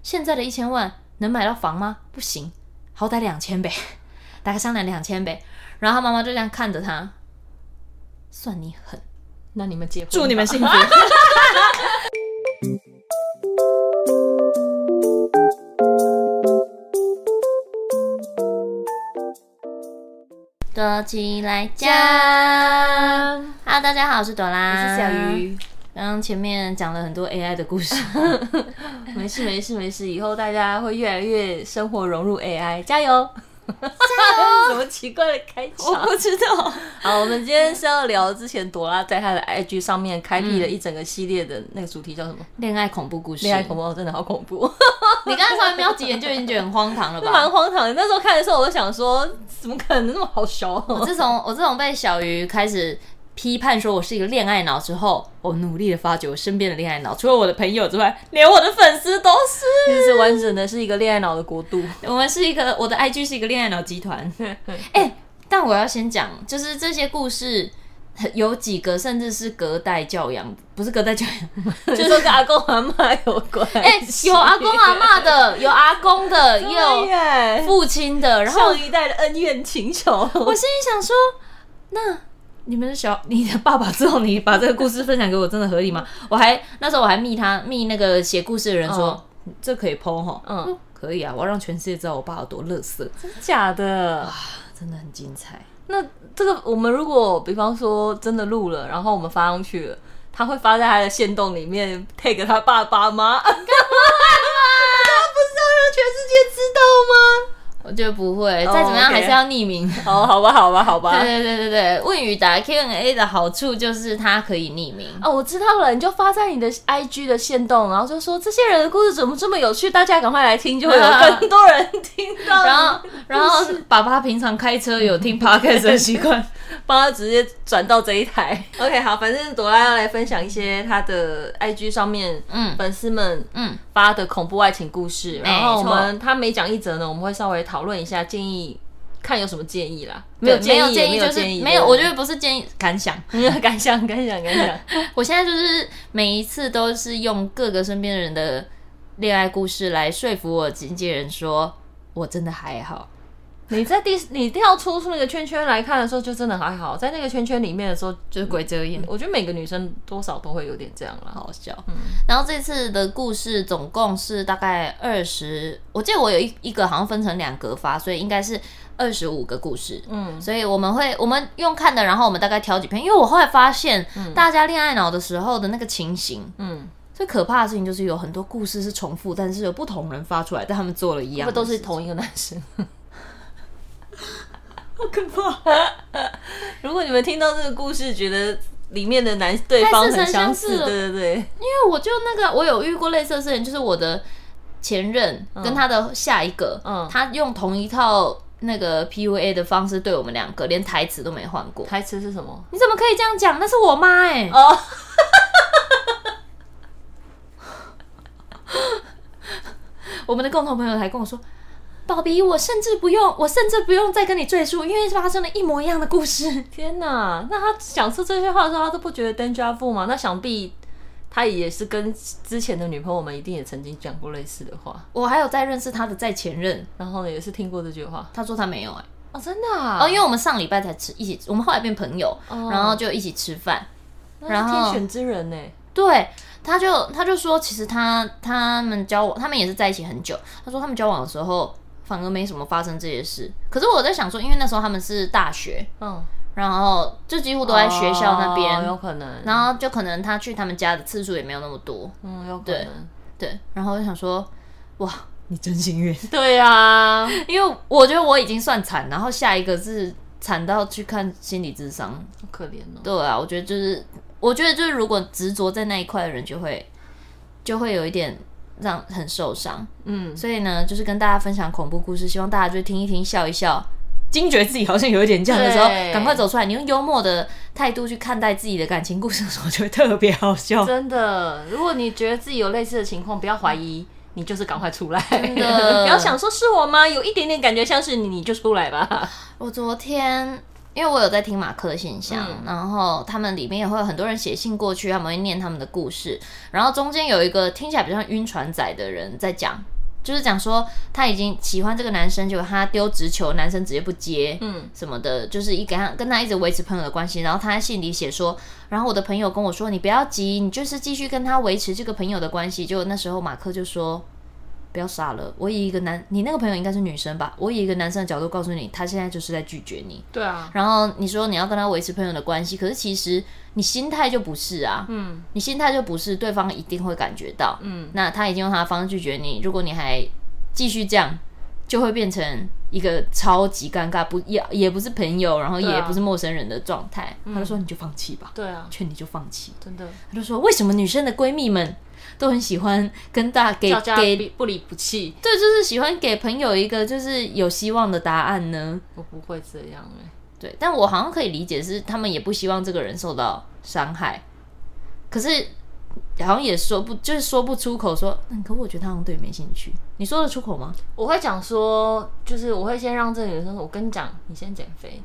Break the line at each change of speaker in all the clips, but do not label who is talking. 现在的一千万能买到房吗？不行，好歹两千呗，大概商量两千呗。然后他妈妈就这样看着他，算你狠，那你们结婚，
祝你们 幸福。
躲起来讲。Hello，大家好，我是朵
我
拉，
是小。鱼，
刚刚前面讲了很多 AI 的故 事，
没事没事没事，以后大家会越来越生活融入 AI，加油！加油！ 什么奇怪的开场？
知道。
好，我们今天是要聊之前朵拉在她的 IG 上面开辟了一整个系列的那个主题叫什么？
恋爱恐怖故事，
恋爱恐怖，哦真的好恐 怖，
你刚才稍微瞄几眼就已经觉得很荒唐了
蛮
吧？
荒唐的。那时候看的时候，我就想说，怎么可能那么好笑？
我自从我自从被小鱼开始批判说我是一个恋爱脑之后，我努力的发掘我身边的恋爱脑，除了我的朋友之外，连我的粉丝都是。
这是完整的是一个恋爱脑的国度。
我们是一个我的 IG 是一个恋爱脑集团。哎、但我要先讲，就是这些故事很有几个甚至是隔代教养，不是隔代教养，
就是跟阿公阿妈 有关。
哎、有阿公阿妈的，有阿公的，也 有
有啊
父亲的，然后
上一代的恩怨情仇，
我心里想说，那你们的小你的爸爸之后，你把这个故事分享给我，真的合理吗？我还那时候我还密他密那个写故事的人说，这可以剖哈，
嗯
嗯，可以啊，我要让全世界知道我爸有多乐色，
假的。
真的很精彩。
那这个我们如果比方说真的录了，然后我们发上去了，他会发在他的线洞里面 tag 他爸爸吗？干嘛不是要让全世界知道
我觉得不会，
哦
再怎么样
OK
还是要匿名。
吗？ 哦，好吧，好吧，好吧。
对对对对对，问语答 Q&A 的好处就是它可以匿名。
哦，我知道了，你就发在你的 IG 的线洞，然后就说这些人的故事怎么这么有趣，大家赶快来听，就 会有更多人听 到。
然后，然后 爸爸平常开车有听 podcast 的习惯，
帮他直接转到这一台。OK，好，反正朵拉要来分享一些她的 IG 上面
嗯
粉丝们
嗯，
发的恐怖爱情故事，然后我
没错
们她每讲一则呢，我们会稍微讨论一下，建议看有什么建议啦。
没有
对没有
建
议
议
也
就是
没有建议，
没有，我觉得不是建议感想，
得感想感想感想，
我现在就是每一次都是用各个身边的人的恋爱故事来说服我经纪人说，我真的还好。
你在第你跳出那个圈圈来看的时候，就真的还好，在那个圈圈里面的时候，
就是鬼遮眼，
我觉得每个女生多少都会有点这样啦。
好笑。
嗯
然后这次的故事总共是大概二十，我记得我有一一个好像分成两格发，所以应该是二十五个故事。
嗯，
所以我们会我们用看的，然后我们大概挑几篇，因为我后来发现，大家恋爱脑的时候的那个情形，
嗯，
最可怕的事情就是有很多故事是重复，但是有不同人发出来，但他们做了一样
他
的
们都是
事情
同一个男生， 好可怕！ 如果你们听到这个故事，觉得里面的男对方
太
很相
似
似，
曾相识了
对对对，
因为我就那个，我有遇过类似的事情，就是我的前任跟他的下一个，
嗯
他用同一套那个 PUA 的方式对我们两个，连台词都没换过。
台词是什么？
你怎么可以这样讲？那是我妈哎、
哦，
我们的共同朋友还跟我说，宝比，我甚至不用，我甚至不用再跟你赘述，因为发生了一模一样的故事。
天哪！那他讲出这些话的时候，他都不觉得 danger vu 吗？那想必他也是跟之前的女朋友们一定也曾经讲过类似的话，
我还有在认识他的再前任，
然后呢，也是听过这句话。
他说他没有哎、
哦，真的、啊？
哦，因为我们上礼拜才吃一起，我们后来变朋友，
哦
然后就一起吃饭。
那是
然后
天选之人呢、
对，他就他就说，其实他他们交往，他们也是在一起很久。他说他们交往的时候，反而没什么发生这些事。可是我在想说，因为那时候他们是大学，
嗯，
然后就几乎都在学校那边，
哦有可能。
然后就可能他去他们家的次数也没有那么多。
嗯，有可能。
对，然后我就想说，哇，你真幸运，
对啊，
因为我觉得我已经算惨，然后下一个是惨到去看心理智商。
好可怜哦。
对啊，我觉得就是，我觉得就是，如果执着在那一块的人，就会就会有一点让很受伤。
嗯，
所以呢，就是跟大家分享恐怖故事，希望大家就听一听，笑一笑，惊觉自己好像有一点这样的时候，
对
赶快走出来。你用幽默的态度去看待自己的感情故事的时候，就会特别好笑。
真的，如果你觉得自己有类似的情况，不要怀疑，你就是赶快出来，
的
不要想说是我吗？有一点点感觉像是你，你就出来吧。
我昨天因为我有在听马克的信箱，
嗯
然后他们里面也会有很多人写信过去，他们会念他们的故事，然后中间有一个听起来比较像晕船仔的人在讲，就是讲说他已经喜欢这个男生，结果他丢直球，男生直接不接，
嗯
嗯，什么的，就是一跟他跟他一直维持朋友的关系，然后他在信里写说，然后我的朋友跟我说，你不要急，你就是继续跟他维持这个朋友的关系，就那时候马克就说。不要傻了！我以一个男，你那个朋友应该是女生吧？我以一个男生的角度告诉你，他现在就是在拒绝你。
对啊，
然后你说你要跟他维持朋友的关系，可是其实你心态就不是啊，
嗯
你心态就不是，对方一定会感觉到。
嗯，
那他已经用他的方式拒绝你，如果你还继续这样，就会变成一个超级尴尬，不也也不是朋友，然后
对啊嗯
也不是陌生人的状态。他就说你就放弃吧，
对啊，
劝你就放弃。
真的
他就说为什么女生的闺蜜们都很喜欢跟大给
叫家
给
不不离不弃，
对，就是喜欢给朋友一个就是有希望的答案呢？
我不会这样哎、
对，但我好像可以理解是他们也不希望这个人受到伤害，可是好像也说不就是说不出口说，嗯，可我觉得他好像对你没兴趣，你说得出口吗？
我会讲说，就是我会先让这个女生说，我跟你讲，你先减肥，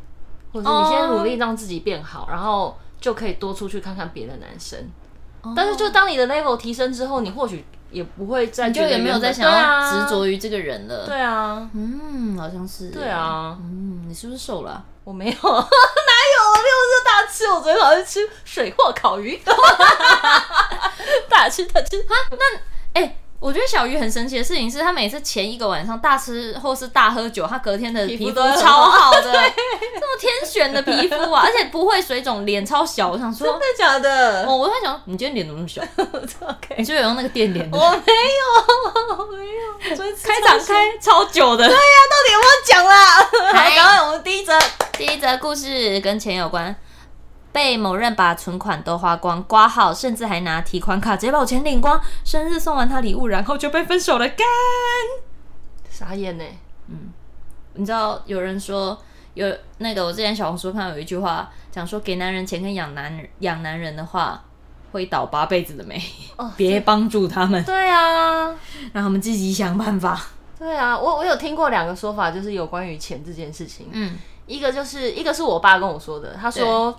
或者是
哦
你先努力让自己变好，然后就可以多出去看看别的男生。但是就当你的 level 提升之后，你或许也不会再
你就
觉得
也没有
原本
再想要执着于这个人了。
啊对啊，
嗯，好像是。
对啊，对，啊，
嗯，你是不是瘦了啊、
我没有，哪有啊？六日大吃，我昨天好像吃水货烤鱼， 大吃特吃。
哎、我觉得小鱼很神奇的事情是，他每次前一个晚上大吃或是大喝酒，他隔天的
皮
皮
肤
肤
都很
超好
好
的，这么天选的皮肤啊，而且不会水肿，脸超小。我想说，
真的假的？
哦，我在想，你今天脸怎么那 么小？
OK，
你就有用那个电脸的
我没有，我没有，昨天
哦
吃
开场
超
开超啊久的。
到底有没有 讲啦？
嗨
赶快，我们第一则。
哎第一则故事跟钱有关，被某人把存款都花光，挂号，甚至还拿提款卡直接把我钱领光，生日送完他礼物，然后就被分手了。干，
傻眼呢、
欸你知道有人说有那个我之前小红书看到有一句话讲说，给男人钱跟养男人养男人的话。会倒八辈子的霉，
哦
别帮助他们，
对啊，
让他们自己想办法。
对啊，我我有听过两个说法，就是有关于钱这件事情。
嗯，
一个就是一个是我爸跟我说的，他说。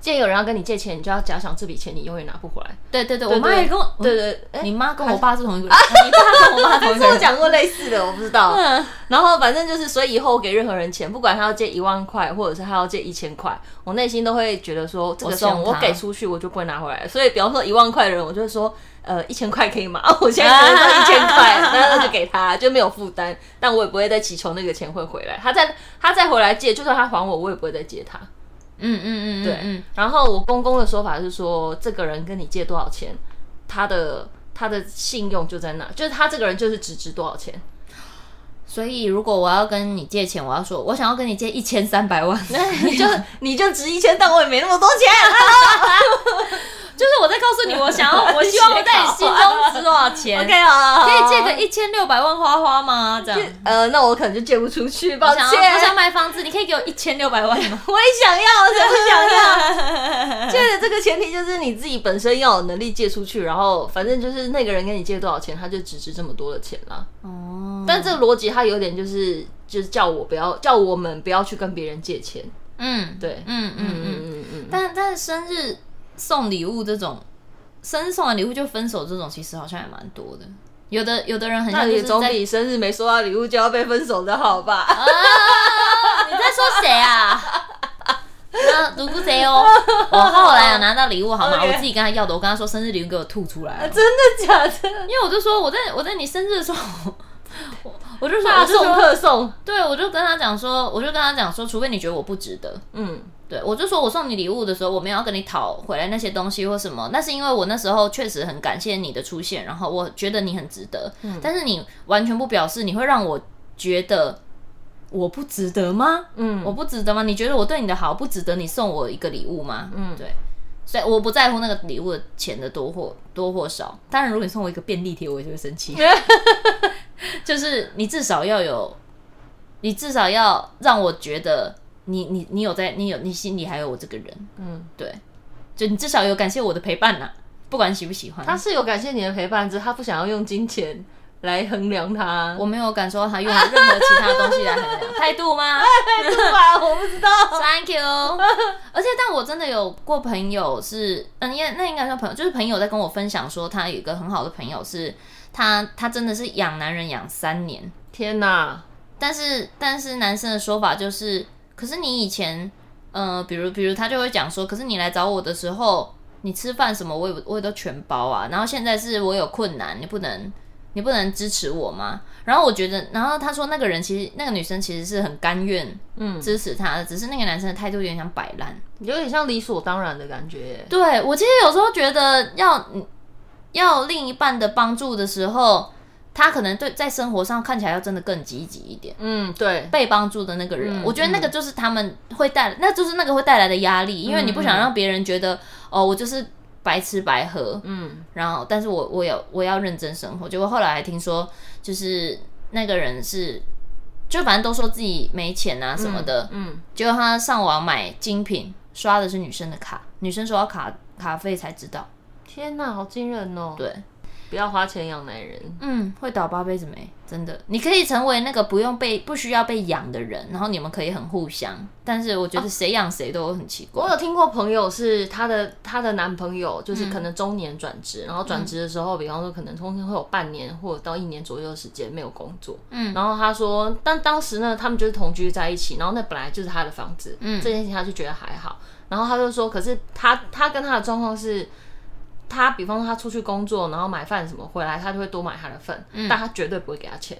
既然有人要跟你借钱，你就要假想这笔钱你永远拿不回来。
对对对，
对
我妈也跟我，
对对，哎、
你妈跟我爸是同一个人，你爸跟我妈同一
你
个
跟我
人。
讲过类似的，我不知道。
嗯
然后反正就是，所以以后我给任何人钱，不管他要借一万块，或者是他要借一千块，我内心都会觉得说，这个钱
送
我
他
给出去，我就不会拿回来。所以，比方说一万块的人，我就会说，呃，一千块可以吗？ 我现在只能说一千 块，那那就给他，就没有负担。但我也不会再祈求那个钱会回来。他再他再回来借，就算他还我，我也不会再借他。
嗯嗯嗯，
对，
嗯，
然后我公公的说法是说，这个人跟你借多少钱，他的他的信用就在那，就是他这个人就是只值多少钱。
所以如果我要跟你借钱，我要说我想要跟你借一千三百万，
你就你就值一千，但我也没那么多钱。
就是我在告诉你，我想要，我希望我在你心中值多少 钱
OK 啊，
可以借个一千六百万花花吗？ 这样，
呃，那我可能就借不出去，抱
我
歉。
想要，我想买房子，你可以给我一千六百万 吗？
我也想要，谁不想要？借的这个前提就是你自己本身要有能力借出去，然后反正就是那个人跟你借多少钱，他就只值这么多的钱啦。
哦，
但这个逻辑它有点就是就是叫我不要叫我们不要去跟别人借钱，
嗯，
对
嗯嗯
嗯
嗯，
嗯嗯嗯，
但但生日送礼物这种，生日送完礼物就分手这种，其实好像也蛮多的。有的有的人很
那
像就
也
是
总
在
比生日没收到礼物就要被分手的好吧？
啊！你在说谁啊？那独孤贼哦，我后来有拿到礼物好吗？
OK 啊
我自己跟他要的，我跟他说生日礼物给我吐出来哦，
真的假的？
因为我就说我在我在你生日的时候， 我我就说
大
我就
送
说
特送，
对，我就跟他讲说，我就跟他讲说，除非你觉得我不值得，
嗯。
对我就说我送你礼物的时候，我没有要跟你讨回来那些东西或什么，那是因为我那时候确实很感谢你的出现，然后我觉得你很值得，但是你完全不表示，你会让我觉得我不值得吗？
嗯
我不值得吗？你觉得我对你的好不值得你送我一个礼物吗？
嗯
嗯，对，所以我不在乎那个礼物的钱的多或多或少。当然，如果你送我一个便利贴，我也就会生气。就是你至少要有，你至少要让我觉得你你你有在，你有你心里还有我这个人，
嗯，
对，就你至少有感谢我的陪伴呐、不管喜不喜欢。
他是有感谢你的陪伴，只是他不想要用金钱来衡量它。
我没有感受到他用任何其他东西来衡量态度吗？
态度吧，我不知道。
Thank you 。而且，但我真的有过朋友是，嗯，应该那应该算朋友，就是朋友在跟我分享说，他有一个很好的朋友是，他他真的是养男人养三年，
天哪，
但是但是男生的说法就是，可是你以前，呃，比如比如他就会讲说，可是你来找我的时候，你吃饭什么我也我也都全包啊，然后现在是我有困难，你不能。你不能支持我吗？然后我觉得，然后他说那个人其实那个女生其实是很甘愿
嗯，
支持他的，只是那个男生的态度有点像摆烂。
有点像理所当然的感觉耶。
对我其实有时候觉得要要另一半的帮助的时候，他可能对在生活上看起来要真的更积极一点。
嗯，对，
被帮助的那个人，
嗯
我觉得那个就是他们会带，那就是那个会带来的压力，因为你不想让别人觉得、哦，我就是白吃白喝，
嗯，
然后但是我我有我要认真生活。结果后来还听说，就是那个人是。就反正都说自己没钱啊什么的，
嗯，
结果他上网买精品，刷的是女生的卡，女生说要卡卡费才知道。
天哪，好惊人哦！
对，
不要花钱养男人。
嗯，会倒八辈子霉，真的。你可以成为那个不用被不需要被养的人，然后你们可以很互相。但是我觉得谁养谁都很奇怪。
我有听过朋友是她的她的男朋友，就是可能中年转职，然后转职的时候，比方说可能中间会有半年或者到一年左右的时间没有工作，
嗯
然后她说，但当时呢，他们就是同居在一起，然后那本来就是她的房子，嗯，这件事情她就觉得还好，然后她就说，可是她她跟她的状况是。她比方说她出去工作，然后买饭什么回来，她就会多买她的份，
嗯
但她绝对不会给她钱，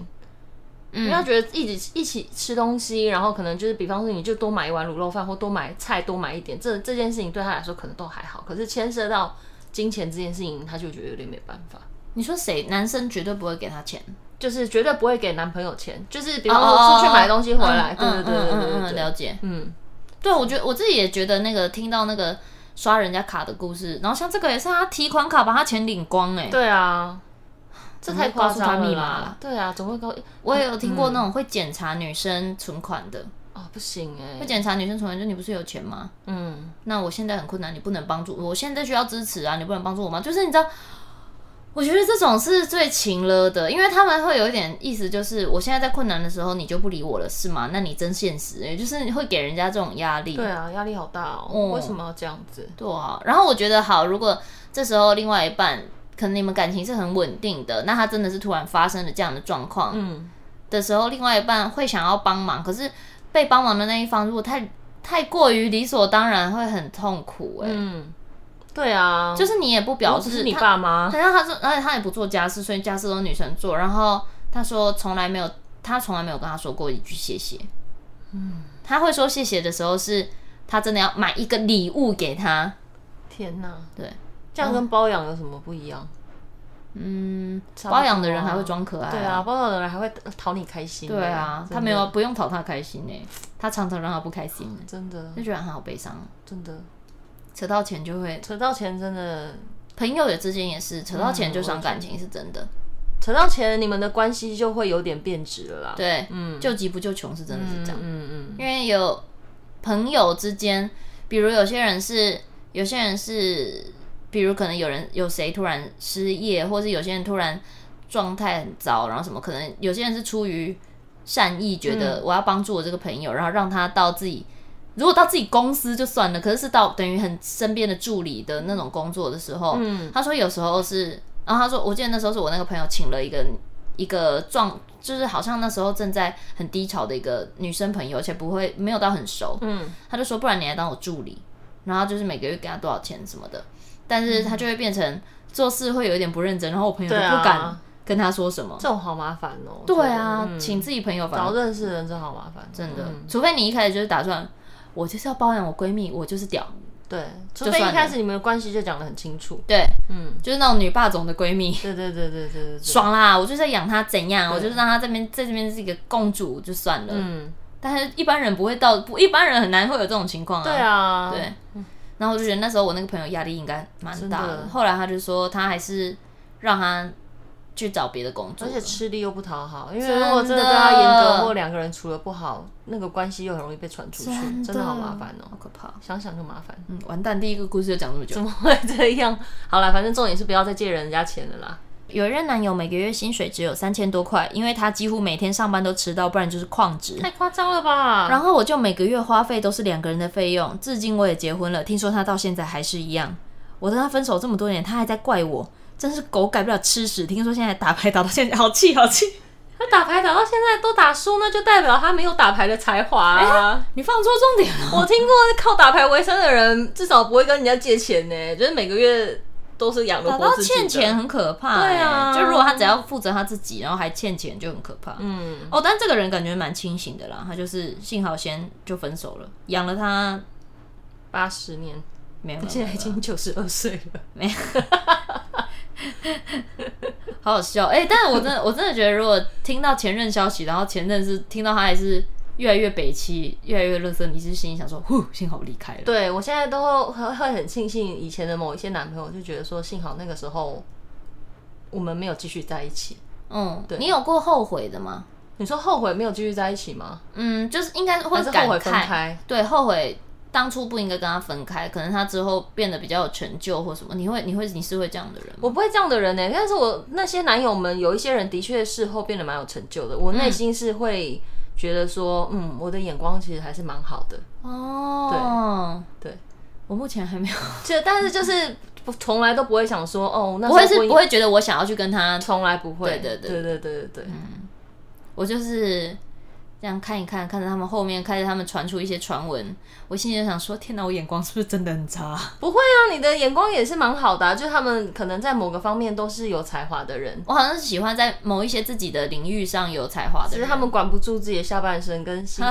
因为她觉得一起一起吃东西，然后可能就是比方说你就多买一碗卤肉饭或多买菜多买一点，这这件事情对她来说可能都还好，可是牵涉到金钱这件事情，她就觉得有点没办法。
你说谁？男生绝对不会给他钱。
就是绝对不会给男朋友钱，就是比方说出去买东西回来，对对
哦嗯嗯
对对
嗯嗯
对对
嗯，
对，
了解。
嗯，
对，我觉得我自己也觉得那个听到那个刷人家卡的故事，然后像这个也是他提款卡把他钱领光哎、
对啊，这太夸
怎么会告诉
张
他
了
密码
啦
啊，
对啊，总会告
我也有听过
嗯
那种会检查女生存款的，
哦不行哎、
会检查女生存款，就你不是有钱吗？
嗯，
那我现在很困难，你不能帮助我，我现在需要支持啊，你不能帮助我吗？就是你知道，我觉得这种是最情了的，因为他们会有一点意思，就是我现在在困难的时候，你就不理我了，是吗？那你真现实，也就是你会给人家这种压力。
对啊，压力好大哦，
哦
为什么要这样子？
对啊，然后我觉得好，如果这时候另外一半可能你们感情是很稳定的，那他真的是突然发生了这样的状况，
嗯，
的时候，另外一半会想要帮忙，可是被帮忙的那一方如果太太过于理所当然，会很痛苦、欸。
嗯，对啊，
就是是你也不表示
是你
他
爸妈，
好像他说，而且他也不做家事，所以家事都是女生做。然后他说从来没有，他从来没有跟他说过一句谢谢。嗯，他会说谢谢的时候是。他真的要买一个礼物给他，
天哪，
对，
这样跟包养有什么不一样？
嗯，
差不多啊
包养的人还会装可爱、
对啊，，包养的人还会讨你开心欸，
哦对啊，
真的
他没有，不用讨他开心呢、他常常让他不开心、欸，
真的
就觉得他好悲伤。
真的
扯到钱就会
扯到钱真的
朋友也之间也是扯到钱就伤感情，是真的。
扯到钱，你们的关系就会有点变质了啦。
对，
嗯，
救急不救穷是真的是这样，
嗯嗯
因为有朋友之间，比如有些人是，有些人是，比如可能有人有谁突然失业，或是有些人突然状态很糟，然后什么，可能有些人是出于善意，觉得我要帮助我这个朋友，然后让他到自己。如果到自己公司就算了，可是是到等于很身边的助理的那种工作的时候，
嗯
他说有时候是，然后他说，我记得那时候是我那个朋友请了一个一个状，就是好像那时候正在很低潮的一个女生朋友，而且不会没有到很熟，
嗯
他就说不然你来当我助理，然后就是每个月给他多少钱什么的，但是他就会变成做事会有一点不认真，然后我朋友就
对啊
不敢跟他说什么
嗯，。这种好麻烦哦。
对
我
啊，
觉得嗯
请自己朋友反
早
而
认识的人真好麻烦，
真的，
嗯
除非你一开始就是打算我就是要包养我闺蜜，我就是屌，
对，除
就
非
算
一
了
开始你们的关系就讲得很清楚。
对，
嗯，
就是那种女霸总的闺蜜。
对对对对对对对。
爽啦！我就是在养她怎样，我就是让她这边在这边是一个公主就算了。
嗯，
但是一般人不会到，不一般人很难会有这种情况啊。
对啊，
对，然后我就觉得那时候我那个朋友压力应该蛮大
真
的。
的
后来他就说他还是让他去找别的工作
而
了，
且吃力又不讨好，因为
真的
如果真的对他严格或两个人处的不好，那个关系又很容易被传出去，真的好麻烦
好
哦。
可怕。
想想就麻烦，
嗯，完蛋，第一个故事就讲这么久
怎。么会这样？好了，反正重点是不要再借人家钱了啦。
有一任男友每个月薪水只有三千多块，因为他几乎每天上班都迟到，不然就是旷职。
太夸张了吧？
然后我就每个月花费都是两个人的费用，至今我也结婚了，听说他到现在还是一样。我跟他分手这么多年，他还在怪我，真是狗改不了吃屎。听说现在打牌打到现在，好气好气！
他打牌打到现在都打输，那就代表他没有打牌的才华啊！
你放错重点了。
我听过靠打牌为生的人，至少不会跟人家借钱呢、就是每个月都是养
打
活
到
自己的
欠钱，很可怕、欸，
对啊
就如果他只要负责他自己，然后还欠钱，就很可怕。
嗯，
哦，但这个人感觉蛮清醒的啦，他就是幸好先就分手了，养了他
八十年，
没有，没有
现在已经九十二岁了。
好好笑哎、欸但是我真 的我真的觉得，如果听到前任消息，然后前任是听到他还是越来越北气，越来越乐色，你是心里想说，呼，幸好我离开了。
对我现在都会会很庆幸以前的某一些男朋友，就觉得说幸好那个时候我们没有继续在一起。
嗯，
对
你有过后悔的吗？
你说后悔没有继续在一起吗？
嗯，就是应该会
还是
感
后
慨，
悔分开？
对，后悔当初不应该跟他分开，可能他之后变得比较有成就或什么，你会你会你是会这样的人吗？
我不会这样的人呢、但是我那些男友们有一些人的确事后变得蛮有成就的，我内心是会觉得说，嗯，我的眼光其实还是蛮好的，
哦，
对对，
我目前还没有，
这但是就是不从来都不会想说，哦，那
不会
时候
是不，会觉得我想要去跟他
从来不会，
对对
对对对对对，
我就是这样看一看，看着他们后面，看着他们传出一些传闻，我心里就想说：天哪，我眼光是不是真的很差？
不会啊，你的眼光也是蛮好的、啊，就他们可能在某个方面都是有才华的人，
我好像是喜欢在某一些自己的领域上有才华的
只是
人。
他们管不住自己的下半身跟心，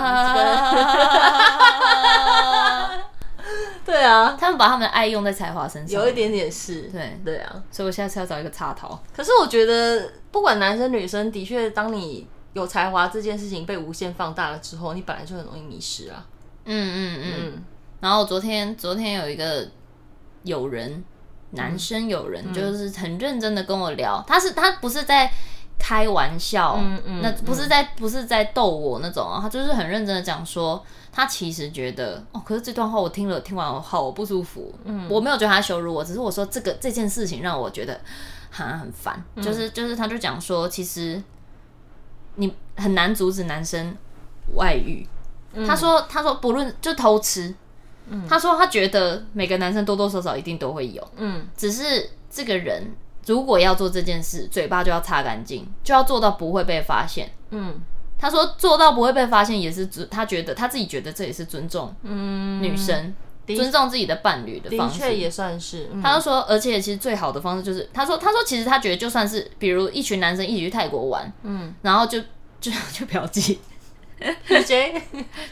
对啊，
他们把他们的爱用在才华身上，
有一点点是，
对
对啊。
所以我下次要找一个插头。
可是我觉得，不管男生女生，的确，当你有才华这件事情被无限放大了之后，你本来就很容易迷失啊。
嗯嗯嗯。
嗯，
然后昨天昨天有一个友人，男生友
嗯
人，就是很认真的跟我聊，他是他不是在开玩笑，
嗯嗯
那不是在不是在逗我那种啊，他就是很认真的讲说，他其实觉得哦，可是这段话我听了听完我好不舒服，嗯，我没有觉得他羞辱我，只是我说这个这件事情让我觉得哈很烦，
嗯
就是就是他就讲说，其实你很难阻止男生外遇。
嗯
他说：“他说不论就偷吃，他说他觉得每个男生多多少少一定都会有，
嗯，
只是这个人如果要做这件事，嘴巴就要擦干净，就要做到不会被发现。
嗯
他说做到不会被发现也是尊，他觉得他自己觉得这也是尊重
嗯，
女生、尊重自己的伴侣的
的
方式。
确也算是。嗯
他 就说，而且其实最好的方式就是，他说，他说其实他觉得就算是比如一群男生一起去泰国玩，
嗯
然后就就就嫖妓，
，PJ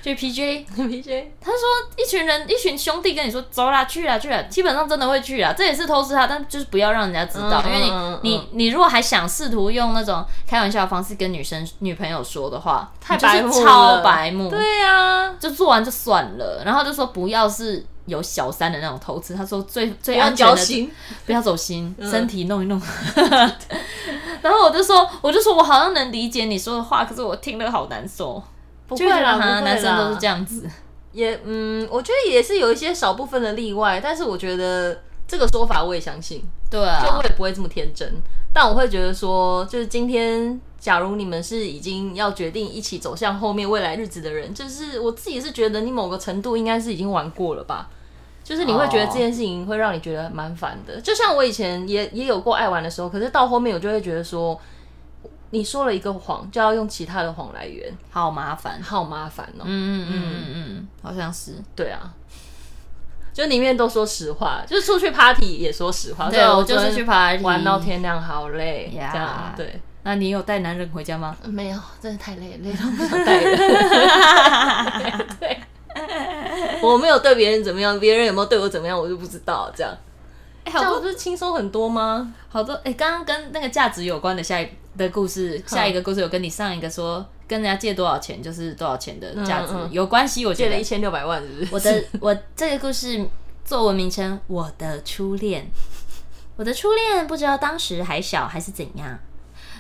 就 PJ，
PJ，
他说一群人一群兄弟跟你说走啦去啦去啦，基本上真的会去啦，这也是偷吃他，但就是不要让人家知道，因
嗯
为你、
嗯嗯
你你如果还想试图用那种开玩笑的方式跟女生女朋友说的话，
太
你就是
白目了
超白目，
对啊，
就做完就算了，然后就说不要是有小三的那种偷吃，他说最
不
最
要嗯
安全
交
的
心，
不要走心，身体弄一 弄。然后我就说，我就说我好像能理解你说的话，可是我听了好难受。
不
就
会
觉得
啦，不
哈
会
男生都是这
样。
样子。
也嗯，我觉得也是有一些少部分的例外，但是我觉得这个说法我也相信。
对啊，
就我也不会这么天真，但我会觉得说，就是今天，假如你们是已经要决定一起走向后面未来日子的人，就是我自己是觉得你某个程度应该是已经玩过了吧。就是你会觉得这件事情会让你觉得蛮烦的就像我以前也也有过爱玩的时候，可是到后面我就会觉得说，你说了一个谎，就要用其他的谎来圆，
好麻烦。
好麻烦
嗯
哦、
嗯嗯嗯嗯，好像是。
对啊，就宁愿都说实话，就是出去 party 也说实话。啊
对
虽然
我就是
昨天
去 party
玩到天亮，好累
呀
这样对。
那你有带男人回家吗？
没有，真的太累，累 到不想带人。对，我没有对别人怎么样，别人有没有对我怎么样，我就不知道。这样，
哎、
这
好
样我
多
不是轻松很多吗？
好多哎，刚、刚跟那个价值有关的下一的故事，下一个故事有跟你上一个说跟人家借多少钱就是多少钱的价值、
嗯嗯
有关系，我觉
借了
得
一。千六百万，是不是？
我的我这个故事作文名称《我的初恋》，我的初恋不知道当时还小还是怎样，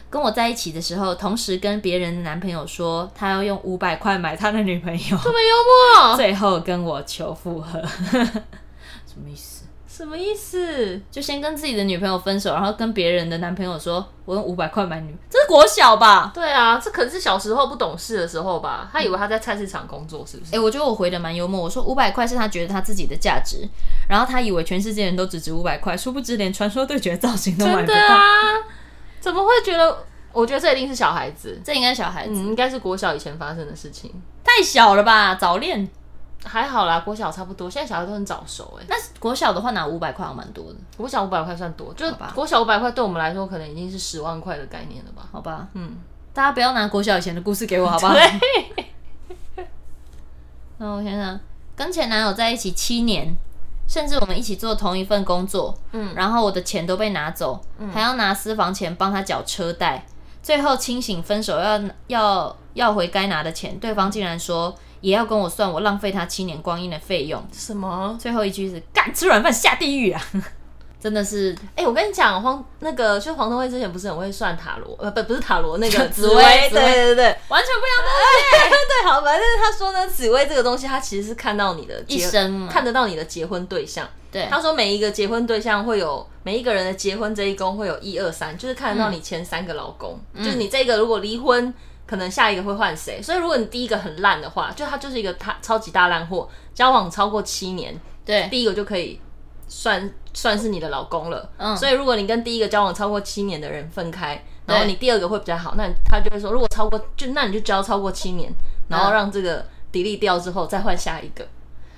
跟我在一起的时候，同时跟别人的男朋友说他要用五百块买他的女朋友，
这么幽默，
最后跟我求复合，什么意思？
什么意思？
就先跟自己的女朋友分手，然后跟别人的男朋友说，我用五百块买女，这是国小吧？
对啊，这可能是小时候不懂事的时候吧。他以为他在菜市场工作，是不是？
哎、我觉得我回的蛮幽默，我说五百块是他觉得他自己的价值，然后他以为全世界人都只值五百块，殊不知连传说对决造型都买
真
不
的
到。
啊？怎么会觉得？我觉得这一定是小孩子，
这应该是小孩子、
嗯，应该是国小以前发生的事情。
太小了吧？早恋？
还好啦，国小差不多，现在小孩都很早熟哎、
那国小的话拿五百块还蛮多的，
国小五百块算多，就是
好吧
国小五百块对我们来说可能已经是十万块的概念了吧？
好吧？
嗯，
大家不要拿国小以前的故事给我，好不好？
对，
那我想想，跟前男友在一起七年，甚至我们一起做同一份工作，
嗯，
然后我的钱都被拿走，还要拿私房钱帮他缴车贷，最后清醒分手要要要回该拿的钱，对方竟然说也要跟我算我浪费他七年光阴的费用，
什么？
最后一句是干吃软饭下地狱啊！ 真的是
哎、我跟你讲，黄那个就黄东辉之前不是很会算塔罗，呃，不不是塔罗，那个
紫
紫
薇
薇，对
紫薇
对对对，
完全不一样的
对，好，反正他说呢，紫薇这个东西，他其实是看到你的
一
结，
生嘛。
看得到你的结婚对象。
对，
他说每一个结婚对象会有每一个人的结婚这一宫会有一二三，就是看得到你前三个老公，就是你这个如果离婚，可能下一个会换谁。所以如果你第一个很烂的话，就他就是一个他超级大烂货，交往超过七年，
对，
第一个就可以算算是你的老公了。
嗯
所以如果你跟第一个交往超过七年的人分开，
对
然后你第二个会比较好，那他就会说，如果超过就那你就交超过七年，
嗯
然后让这个 delete 掉之后再换下一个。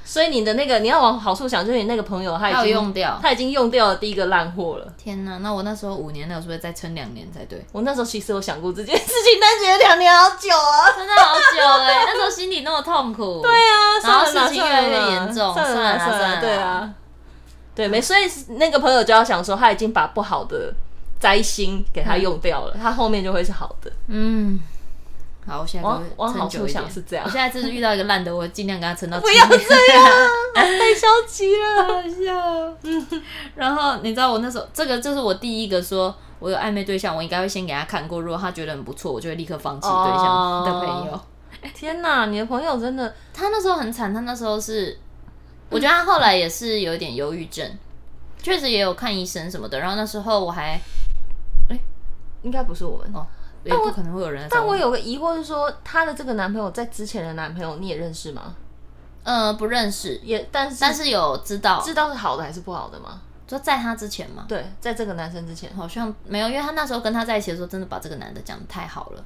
所以你的那个你要往好处想，就是你那个朋友他已
要
经
用掉。
他已经用掉了第一个烂货了。
天哪，那我那时候五年了，我是不是再撑两年才对？
我那时候其实有想过这件事情，但觉得两年好久 啊。
真的好久哎、 那时候心里那么痛苦。对
对啊，
然后
算了啦
事情越来越
算了啦
严重
算
算了
了
啦
啦
算
算
了啦
了，对啊，对没，所以那个朋友就要想说，他已经把不好的灾星给他用掉了，他后面就会是好的。
嗯，好，我现在
往
给我
往好
撑久
处
一点
想。是这 样
我，现在就是遇到一个烂的，我尽量跟他撑到 不
不要这样， 太消极了。
样。然后你知道我那时候，这个就是我第一个说，我有暧昧对象，我应该会先给他看过，如果他觉得很不错，我就会立刻放弃对象
哦
的朋友。
天哪，你的朋友真的
他那时候很惨，他那时候是，
嗯
我觉得他后来也是有一点忧郁症，确实也有看医生什么的。然后那时候我还
应该不是我们。
哦，也不可能会有人来找
但我有个疑惑是说，她的这个男朋友在之前的男朋友你也认识吗？
呃不认识，
也，但是
但是有知道，
知道是好的还是不好的吗？
就在他之前嘛。
对，在这个男生之前，
好像没有，因为他那时候跟他在一起的时候，真的把这个男的讲的太好了。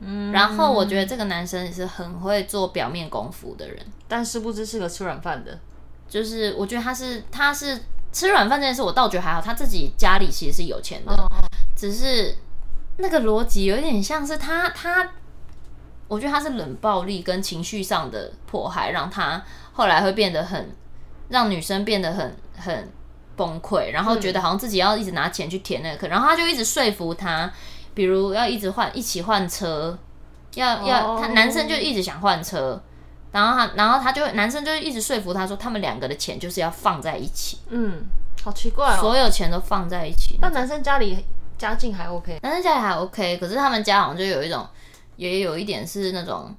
嗯，
然后我觉得这个男生也是很会做表面功夫的人，
但殊不知是个吃软饭的。
就是我觉得他是他是吃软饭这件事，我倒觉得还好，他自己家里其实是有钱的，
哦
只是那个逻辑有点像是他他，我觉得他是冷暴力跟情绪上的迫害，让他后来会变得很让女生变得很很崩溃，然后觉得好像自己要一直拿钱去填那个课，然后他就一直说服他，比如要一直换一起换车，要要
哦
他男生就一直想换车。然后他，然后他就男生就一直说服他说，他们两个的钱就是要放在一起，
嗯，好奇怪哦。
所有钱都放在一起。
那男生家里家境还 OK，
男生家里还 OK，可是他们家好像就有一种，也有一点是那种，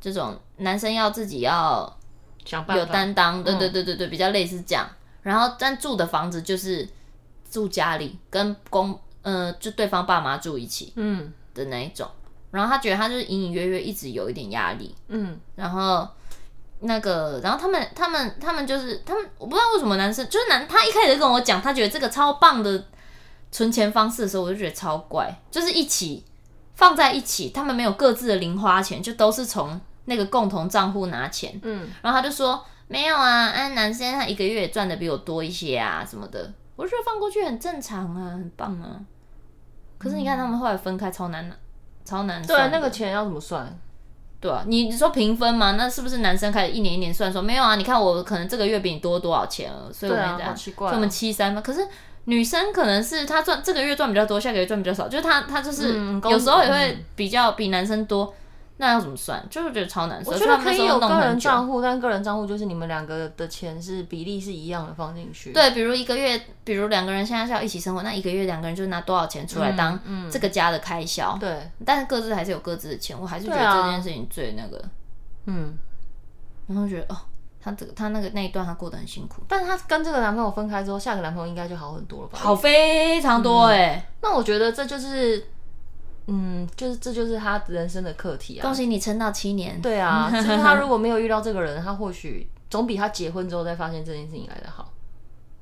这种男生要自己要
想办法
有担
嗯
当，对对对对对，比较类似这样。然后但住的房子就是住家里，跟公呃就对方爸妈住一起
嗯
的那一种。然后他觉得他就是隐隐约约一直有一点压力，
嗯，
然后。那个，然后他们，他们，他们就是他们，我不知道为什么男生就是男，他一开始就跟我讲，他觉得这个超棒的存钱方式的时候，我就觉得超怪，就是一起放在一起，他们没有各自的零花钱，就都是从那个共同账户拿钱。
嗯，
然后他就说没有啊，啊，男生他一个月也赚的比我多一些啊什么的，我就觉得放过去很正常啊，很棒啊。可是你看他们后来分开，超难拿，超难
对啊
算，的
那个钱要怎么算？
对啊，你你说平分嘛？那是不是男生开始一年一年算说没有啊？你看我可能这个月比你多多少钱了，所以我
对
们
啊
这样，
好奇怪哦
所以我们七三分。可是女生可能是她赚这个月赚比较多，下个月赚比较少，就是她她就是
嗯公
有时候也会比较比男生多，那要怎么算？就是觉得超难算。
我觉得
所
可以
他们那时
有
候弄
个人
很久。
账户，但个人账户就是你们两个的钱是比例是一样的放进去。，
对，比如一个月，比如两个人现在是要一起生活，那一个月两个人就拿多少钱出来当
嗯
这个家的开销？
对，
但是各自还是有各自的钱，我还是觉得
对啊
这件事情最那个。
嗯，
然后觉得哦，他这个他那个那一段他过得很辛苦，
但是她跟这个男朋友分开之后，下个男朋友应该就好很多了吧？
好非常多哎、
那我觉得这就是，嗯，就是这就是她人生的课题啊
恭。喜你撑到七年，
对啊，就是她如果没有遇到这个人，她或许总比她结婚之后再发现这件事情来的好。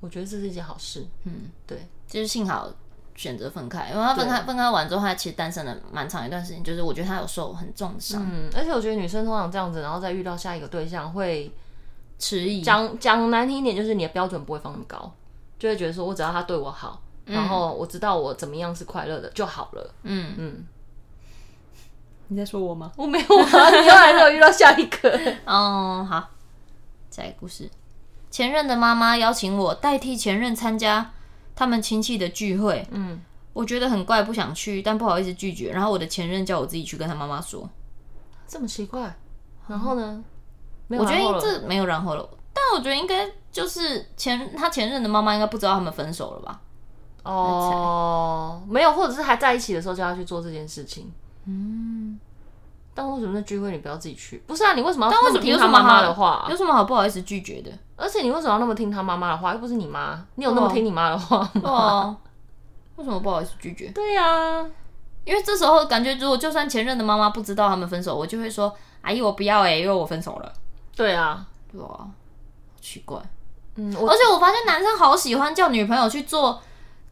我觉得这是一件好事。嗯，对，
就是幸好选择分开，因为他分开分开完之后，他其实单身了蛮长一段时间，就是我觉得他有受很重的伤，
嗯，而且我觉得女生通常这样子，然后再遇到下一个对象，会
迟疑，
讲讲难听一点，就是你的标准不会放那么高，就会觉得说我只要他对我好，然后我知道我怎么样是快乐的就好了。
嗯
嗯，
你在说我吗？
我没有啊， 你又还没有遇到下一个。
哦，好，下一个故事，前任的妈妈邀请我代替前任参加他们亲戚的聚会，
嗯，
我觉得很怪，不想去，但不好意思拒绝。然后我的前任叫我自己去跟他妈妈说，
这么奇怪。然后呢？没
嗯
有
我觉
然后
得
了
这没有然后了，但我觉得应该就是前他前任的妈妈应该不知道他们分手了吧？
哦，没有，或者是还在一起的时候叫他去做这件事情。
嗯，
但为什么那聚会你不要自己去？不是啊，你为什么要
但为
那
什
么
么
听
有
他
什么
妈妈
好
的话啊？
有什么好不好意思拒绝的？
而且你为什么要那么听他妈妈的话？又不是你妈，你有那么
哦
听你妈的话吗？
哦，为什么不好意思拒绝？
对
啊
呀，
因为这时候感觉，如果就算前任的妈妈不知道他们分手，我就会说：“阿姨，我不要哎、因为我分手了。
对啊，”
对啊，好奇怪。
嗯，
而
我
且我发现男生好喜欢叫女朋友去做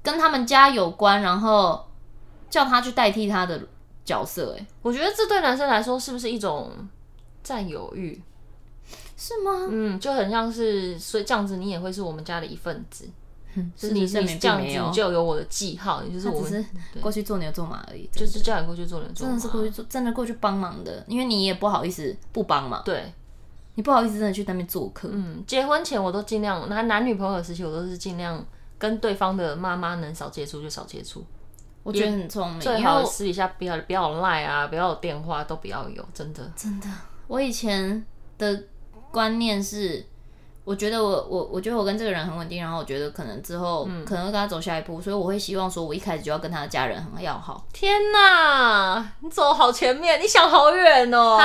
跟他们家有关，然后叫他去代替他的角色、欸，
我觉得这对男生来说是不是一种占有欲？
是吗？
嗯，就很像是，所以这样子你也会是我们家的一份子，
事
你
实证
你
明
这
并
样子
没有
你，就有我的记号，你就是
他
我
只
们
是过去做牛做马而已，啊
就
就是
叫你过去做人做
真的是
马
过去做，真的过去帮忙的，因为你也不好意思不帮忙，
对，
你不好意思真的去那边做客，
嗯，结婚前我都尽量男男女朋友时期，我都是尽量跟对方的妈妈能少接触就少接触，
我觉得很聪明，
最
因为
好
我
私底下不要不要有赖啊，不要有电话都不要有，真的。
真的，我以前的观念是，我觉得我我我觉得我跟这个人很稳定，然后我觉得可能之后、可能会跟他走下一步，所以我会希望说我一开始就要跟他的家人很要好。
天哪，你走好前面，你想好远哦！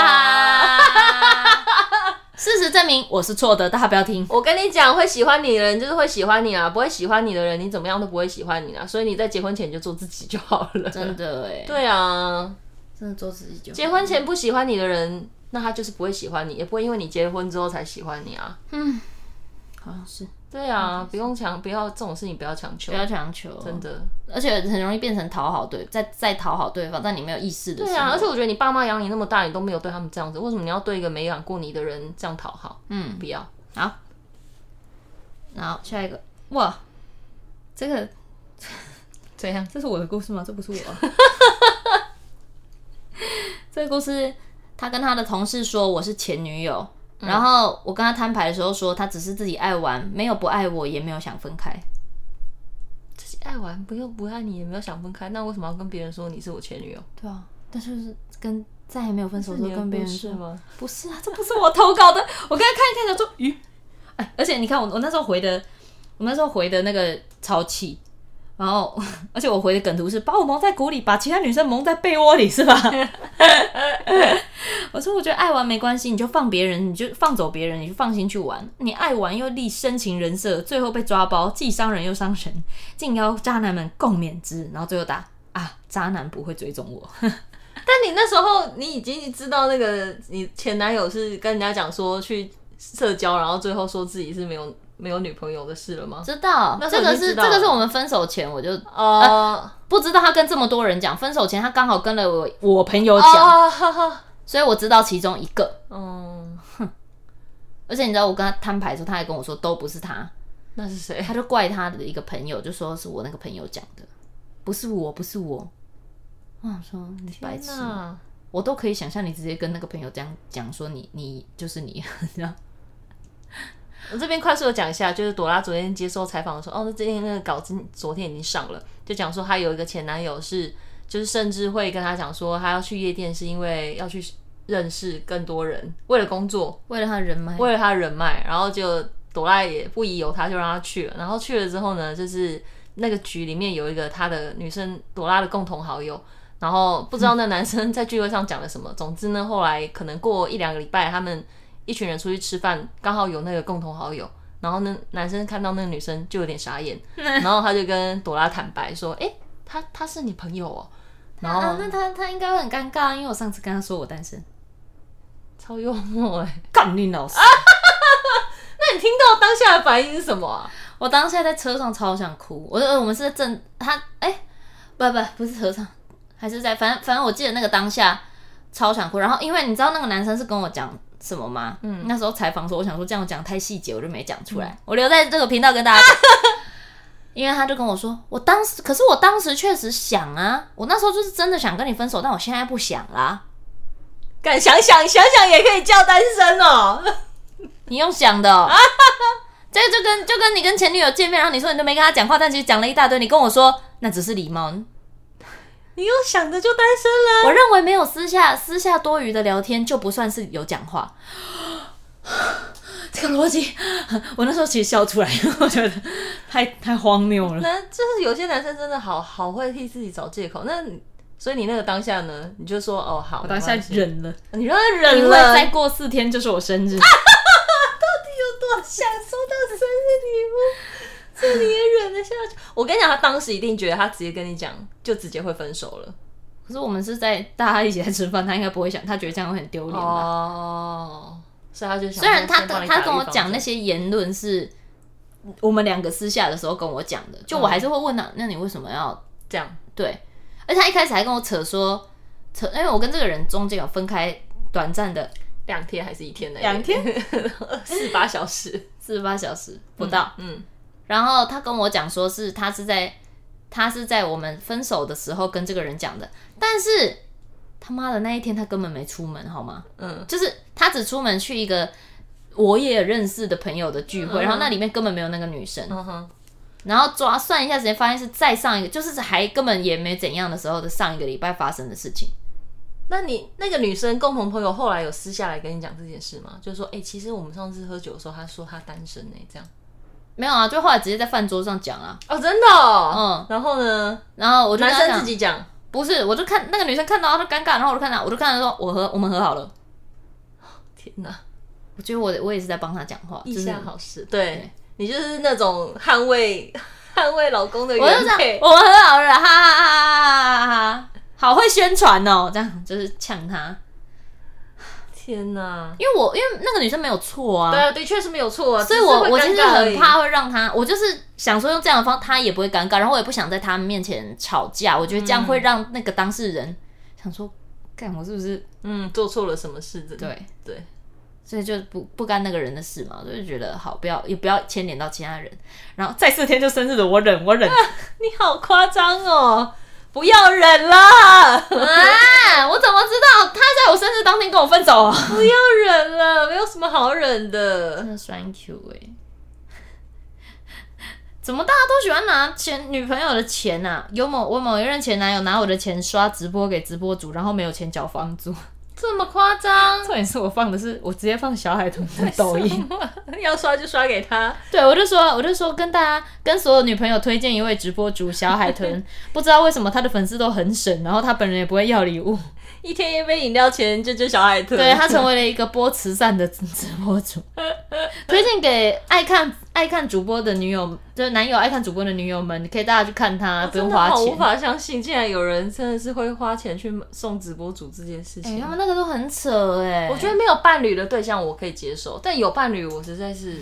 事实证明我是错的，大家不要听。
我跟你讲，会喜欢你的人就是会喜欢你啊，不会喜欢你的人，你怎么样都不会喜欢你啊。所以你在结婚前就做自己就好了。
真的哎，
对啊，
真的做自己就好
结婚前不喜欢你的人，那他就是不会喜欢你，也不会因为你结婚之后才喜欢你啊。
好像是
对
嗯
啊，不用强，不要这种事情不要强求
不，要强求，
真的。
而且很容易变成讨好对，在在讨好对方，但你没有意识的时
对
候，
啊，而且我觉得你爸妈养你那么大，你都没有对他们这样子，为什么你要对一个没养过你的人这样讨好？
嗯。
不要。
好，然后下一个，哇，这个
怎样？
这是我的故事吗？这不是我、这个故事，他跟他的同事说我是前女友，然后我跟他摊牌的时候说他只是自己爱玩，没有不爱我，也没有想分开。
自己 爱玩，不用不爱你，也没有想分开，那为什么要跟别人说你是我前女友？
对啊，但是跟再也没有分手的时候跟别人
是
说
吗？
不是啊，这不是我投稿的。我刚才看一看，想说，咦，哎，而且你看我，我那时候回的，我那时候回的那个超气，然后 而且我回的梗图是把我蒙在鼓里，把其他女生蒙在被窝里，是吧？ 我说，我觉得爱玩没关系，你就放别人，你就放走别人，你就放心去玩。你爱玩又立深情人设，最后被抓包，既伤人又伤神，敬邀渣男们共勉之。然后最后打啊，渣男不会追踪我。
但你那时候你已经知道那个你前男友是跟人家讲说去社交，然后最后说自己是没有没有女朋友的事了吗？
知道
那
这
时候
个
你就是知道
这个
了
是我们分手前我就
哦
不知道他跟这么多人讲，分手前他刚好跟了我我朋友讲，
哦，哈哈
所以我知道其中一个。
嗯，
而且你知道我跟他摊牌的时候，他还跟我说都不是他，
那是谁？
他就怪他的一个朋友，就说是我那个朋友讲的，不是我，不是我。我想说你白痴，
天哪
我都可以想象你直接跟那个朋友这样讲说你你就是你，你知道？
我这边快速的讲一下，就是朵拉昨天接受采访的时候，哦，那最近那个稿子昨天已经上了，就讲说她有一个前男友是，就是甚至会跟她讲说，她要去夜店是因为要去认识更多人，为了工作，
为了他的人脉，
为了她人脉，然后就朵拉也不疑有他，就让他去了，然后去了之后呢，就是那个局里面有一个她的女生朵拉的共同好友。然后不知道那男生在聚会上讲了什么，总之呢，后来可能过一两个礼拜，他们一群人出去吃饭，刚好有那个共同好友，然后呢，男生看到那个女生就有点傻眼，然后他就跟朵拉坦白说：“哎、她她是你朋友哦。”然
啊，
后
那他他应该会很尴尬，因为我上次跟他说我单身，
超幽 默哎、
干你老师！
那你听到当下的反应是什么啊？
我当下在车上超想哭，我呃我们是在正他哎、不不不是车上，还是在反正反正我记得那个当下超想哭，然后因为你知道那个男生是跟我讲什么吗？嗯，那时候采访说我想说这样我讲太细节，我就没讲出来，我留在这个频道跟大家讲。因为他就跟我说，我当时可是我当时确实想啊，我那时候就是真的想跟你分手，但我现在不想啦。
敢想想想想也可以叫单身哦。
你用想的、哦，这就跟就跟你跟前女友见面，然后你说你都没跟她讲话，但其实讲了一大堆，你跟我说那只是礼貌，
你又想着就单身了，
我认为没有私下私下多余的聊天就不算是有讲话。这个逻辑，我那时候其实笑出来，我觉得太太荒 谬了。
那就是有些男生真的好好会替自己找借口。那你所以你那个当下呢，你就说哦好，
我当下
没关系
忍了，
你让他忍
因为
了，
再过四天就是我 生日。
多想收到生日礼物，这你也忍得下去？我跟你讲，他当时一定觉得他直接跟你讲，就直接会分手了。
可是我们是在大家一起在吃饭，他应该不会想，他觉得这样会很丢脸吧？
哦，所以他就想，
虽然他
跟
他跟我讲那，些言论是我们两个私下的时候跟我讲的，就
嗯
我还是会问他，那你为什么要
这样
对，而且他一开始还跟我扯说，扯，因为我跟这个人中间有分开短暂的
两天还是一天呢？
两天，
四十八小时
四十八小时不到，，
嗯，
然后他跟我讲说是他是在他是在我们分手的时候跟这个人讲的，但是他妈的那一天他根本没出门，好吗？
嗯，
就是他只出门去一个我也认识的朋友的聚会，
嗯
然后那里面根本没有那个女生，
嗯哼，
然后抓算一下时间，发现是再上一个，就是还根本也没怎样的时候的上一个礼拜发生的事情。
那你那个女生共同朋友后来有私下来跟你讲这件事吗？就是说，哎、其实我们上次喝酒的时候，她说她单身呢、这样。
没有啊，就后来直接在饭桌上讲啊，
哦，真的、哦，嗯。然后呢，
然后我就跟
男
他
生
讲
自己讲，
不是，我就看那个女生看到她就尴尬，然后我就看她，我就看她说我和我们和好了。
天哪，
我觉得我我也是在帮她讲话，
一
就是
下好事，对你就是那种捍卫 捍卫老公的
我就
原
这样，
配，
我们和好了，哈哈哈哈哈哈哈，好会宣传哦，这样就是呛她，
天哪！
因为我因为那个女生没有错啊
对，啊，的确是没有错啊，
所以
只是
我
会
我
尴
其实
尬而
很
已。
怕会让她，我就是想说用这样的方，她也不会尴尬，然后我也不想在他们面前吵架，我觉得这样会让那个当事人想说，干我是不是
嗯，做错了什么事？真的
对？
对，
所以就不不干那个人的事嘛，所以就觉得好，不要也不要牵连到其他人。然后再四天就生日了，我忍，我忍
你好夸张哦！不要忍啦，
啊！我怎么知道他在我生日当天跟我分手啊？
不要忍了，没有什么好忍的。
真的酸 Q 哎、 怎么大家都喜欢拿前女朋友的钱呐、啊？有某我某一任前男友拿我的钱刷直播给直播主，然后没有钱缴房租。
这么夸张？
重点是我放的是我直接放小海豚的抖 音，
哦要刷就刷给他，
对，我就说，我就说跟大家跟所有女朋友推荐一位直播主小海豚， 不知道为什么他的粉丝都很省，然后他本人也不会要礼物，
一天一杯饮料钱就就小海 豚。
对他成为了一个播慈善的直直播主， 推荐给爱看爱看主播的女友，就是男友爱看主播的女友们，可以大家去看他，啊不用
哦真的
花
好
钱
无。法相信，竟然有人真的是会花钱去送直播主这件事
哎、
情。
他们那个都很扯哎、
我觉得没有伴侣的对象我可以接受，但有伴侣我实在是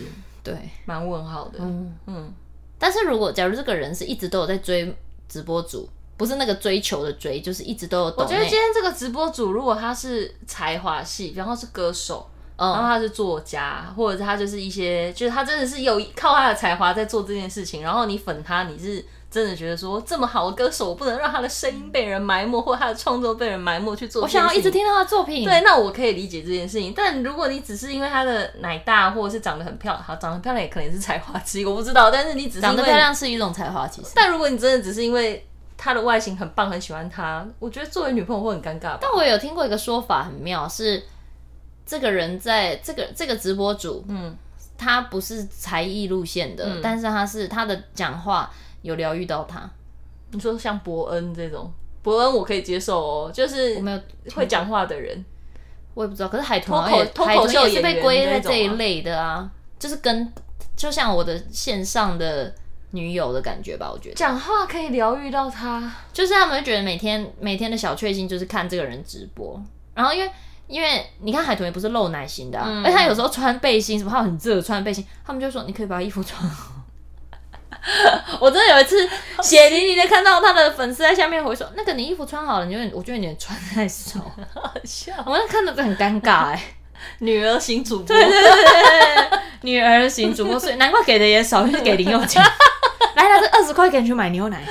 对，
蛮问号的。
嗯。
嗯，
但是如果假如这个人是一直都有在追直播主，不是那个追求的追，就是一直都有抖
我
内，
觉得今天这个直播主，如果他是才华系，然后是歌手，
嗯
然后他是作家，或者是他就是一些，就是他真的是有靠他的才华在做这件事情，然后你粉他，你是。真的觉得说这么好的歌手，我不能让他的声音被人埋没，或他的创作被人埋没去做
我
这件
想
事情。
要一直听到他的作品。
对，那我可以理解这件事情。但如果你只是因为她的奶大，或者是长得很漂亮，好，长得漂亮也可能是才华之一，我不知道。但是你只是因为
长得漂，亮是一种才华，其实。
但如果你真的只是因为她的外形很棒，很喜欢她，我觉得作为女朋友会很尴尬吧。
但我有听过一个说法很妙，是这个人在这个这个直播主，
嗯，
他不是才艺路线的，
嗯
但是他是他的讲话有疗愈到他。
你说像伯恩这种，伯恩我可以接受哦，就是
我没有
会讲话的人，
我也不知道，可是海豚好像
脱口
也
脱口
海豚
秀
也是
演
被
员
归
那
在
种
这一
吗
类的啊，就是跟就像我的线上的女友的感觉吧，我觉得
讲话可以疗愈到他，
就是他们会觉得每天每天的小确幸就是看这个人直播，然后因为。因为你看海豚也不是露奶型的、啊，
嗯
而且他有时候穿背心什么，他很热穿背心，他们就说你可以把衣服穿好。 我真的有一次血淋淋的看到他的粉丝在下面回说，那个你衣服穿好了，你就我觉得你的穿太少 了，
像
我那看的很尴尬哎、
女儿型主播，
女儿型主播，所以难怪给的也少，就是给零用钱。 来了，这二十块给你去买牛 奶，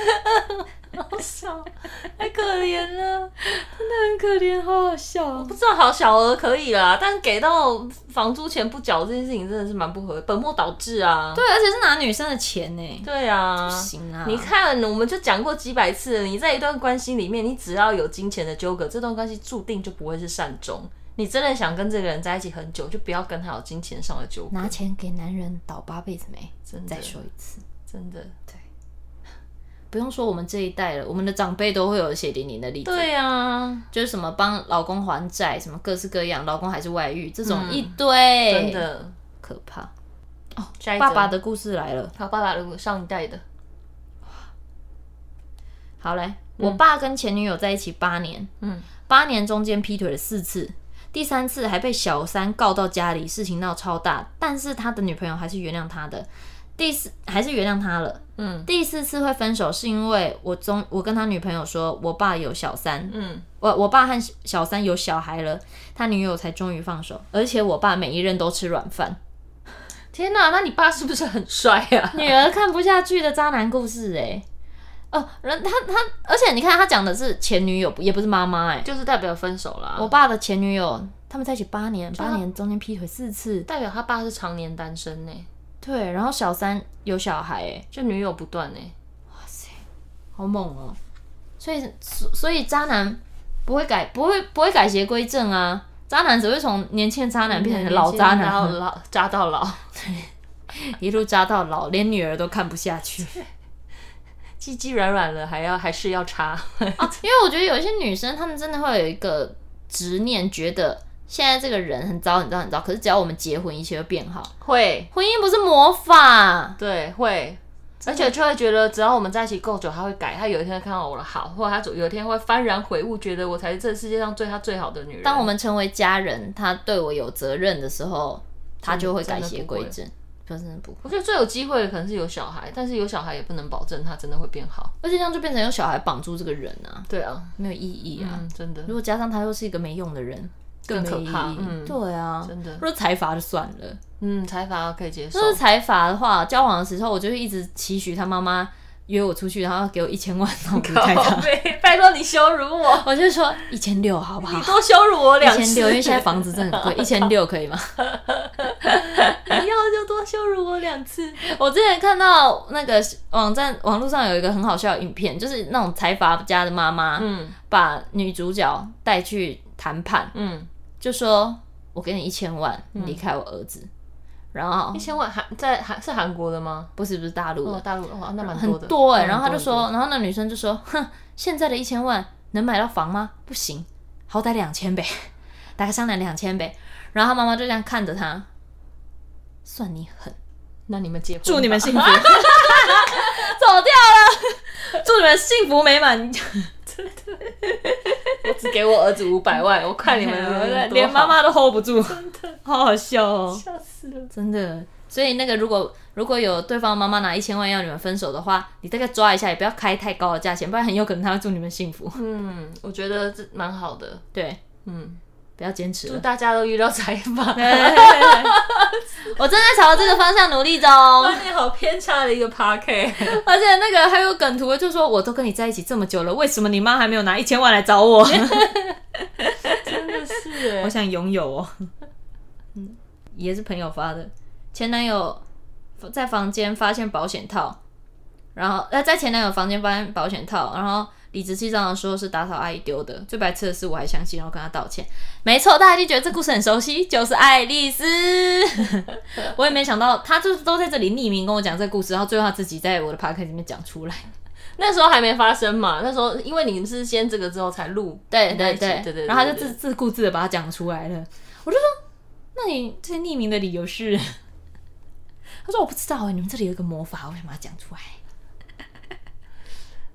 太可怜了。
很可怜，好好笑
不。知道好小额可以啦，但给到房租钱不缴这件事情真的是蛮不合，本末倒置啊。
对，而且是拿女生的钱呢、
对啊，
行啊，
你看，我们就讲过几百次了，你在一段关系里面，你只要有金钱的纠葛，这段关系注定就不会是善终。你真的想跟这个人在一起很久，就不要跟他有金钱上的纠葛
拿。钱给男人倒八辈子霉，
真的
再说一次，
真的，
不用说我们这一代了，我们的长辈都会有血淋淋的例子，
对啊，
就是什么帮老公还债，什么各式各样，老公还是外遇，这种
嗯
一堆，
真的。
可怕。
下一则
爸爸，的故事来了。
好，爸爸的上一代的，
好嘞，我爸跟前女友在一起八年，
嗯，
八年中间劈腿了四次，第三次还被小三告到家里，事情闹超大，但是他的女朋友还是原谅他的。第四还是原谅他了。
嗯
第四次会分手是因为我中我跟他女朋友说，我爸有小三，
嗯，
我我爸和小三有小孩了，他女友才终于放手，而且我爸每一任都吃软饭。
天哪，那你爸是不是很帅啊？
女儿看不下去的渣男故事哎、哦，人他他，而且你看他讲的是前女友，也不是妈妈哎，
就是代表分手啦。
我爸的前女友，他们在一起八年，八年中间劈腿四次，
代表他爸是常年单身呢、
对，然后小三有小孩，哎，
就女友不断呢、
好猛哦、所以，所所以渣男不会改，不会不会改邪归正啊，渣男只会从年轻的渣男变成老嗯渣
然后
男，
老渣到老，
一路渣到老，连女儿都看不下去
鸡鸡软软了，还要还是要 插。
啊。 因为我觉得有一些女生，她们真的会有一个执念，觉得现在这个人很糟，很糟，很糟，可是只要我们结婚，一切就变好。
会，
婚姻不是魔法，
对，会，而且就会觉得，只要我们在一起够久，他会改，他有一天会看到我的好，或者他有一天会幡然悔悟，觉得我才是这世界上对他最好的女人。
当我们成为家人，他对我有责任的时候，他就会改邪归正。不是不会，
我觉得最有机会的可能是有小孩，但是有小孩也不能保证他真的会变好。
而且这样就变成用小孩绑住这个人啊，
对啊，
没有意义啊。
嗯，真的
如，果加上他又是一个没用的人，
更
没
可怕
意义
嗯
对啊，
真的
如果财阀就算了，
嗯，财阀可以接受
如。果是财阀的话，交往的时候我就会一直期许他妈妈约我出去，然后要给我一千万，然后我离 开他。
背，拜托你羞辱 我，
我就说一千六好不好
你？多羞辱我两
一千
次，
六，因为现在房子真的很贵，一千六可以吗？
你要就多羞辱我两次。
我之前看到那个网站网络上有一个很好笑的影片，就是那种财阀家的妈妈，
嗯
把女主角带去谈判，
嗯，
就说：“我给你一千万，你离开我儿子。然后
一千万韩在韩是韩国的吗？
不是不是大陆
哦，
的，
大陆哇，那蛮
很
的，
多哎、
嗯
然后他就，
很多
说，然后那女生就说：“哼，现在的一千万能买到房吗？不行，好歹两千呗， 大概商量两千呗。”然后他妈妈就这样看着他，算你狠。
那你们结婚吧，
祝你们 幸福，走掉了， 祝你们幸福美 满。
我只给我儿子五百 万，我看你们能不
哎
哎能多好
连妈妈都 hold 不住，真的好好笑哦，
笑死了。
真的。所以那个如果如果有对方妈妈拿一千万要你们分手的话，你大概抓一下，也不要开太高的价钱，不然很有可能他会祝你们幸福。
嗯，我觉得这蛮好的。
对，
嗯，
不要坚持
祝
了。
大家都遇到财 阀。
我正在朝这个方向努力中，哦
观念好偏差的一个 park，
而且那个还有梗图，就说我都跟你在一起这么久了，为什么你妈还没有拿一千万来找我？
真的是
我
欸，
想拥有 哦。嗯，也是朋友发的，前男友在房间发现保险套，然后呃在前男友房间发现保险套，然后理直气壮的说是打扫阿姨丢的。最白痴的是我还相信，然后跟他道歉。没错，大家就觉得这故事很熟悉，就是爱丽 丝。我也没想到他就是都在这里匿名跟我讲这个故事，然后最后他自己在我的 p o d c a s t 里面讲出来。
那时候还没发生嘛，那时候因为你们是先这个之后才录，
对
那
对
一集
对
对对，
然后他
对
就
对
自自顾自的把它讲出来了。我就说，那你这匿名的理由是？ 他说我不知道哎、你们这里有一个魔法，我想把它讲出来。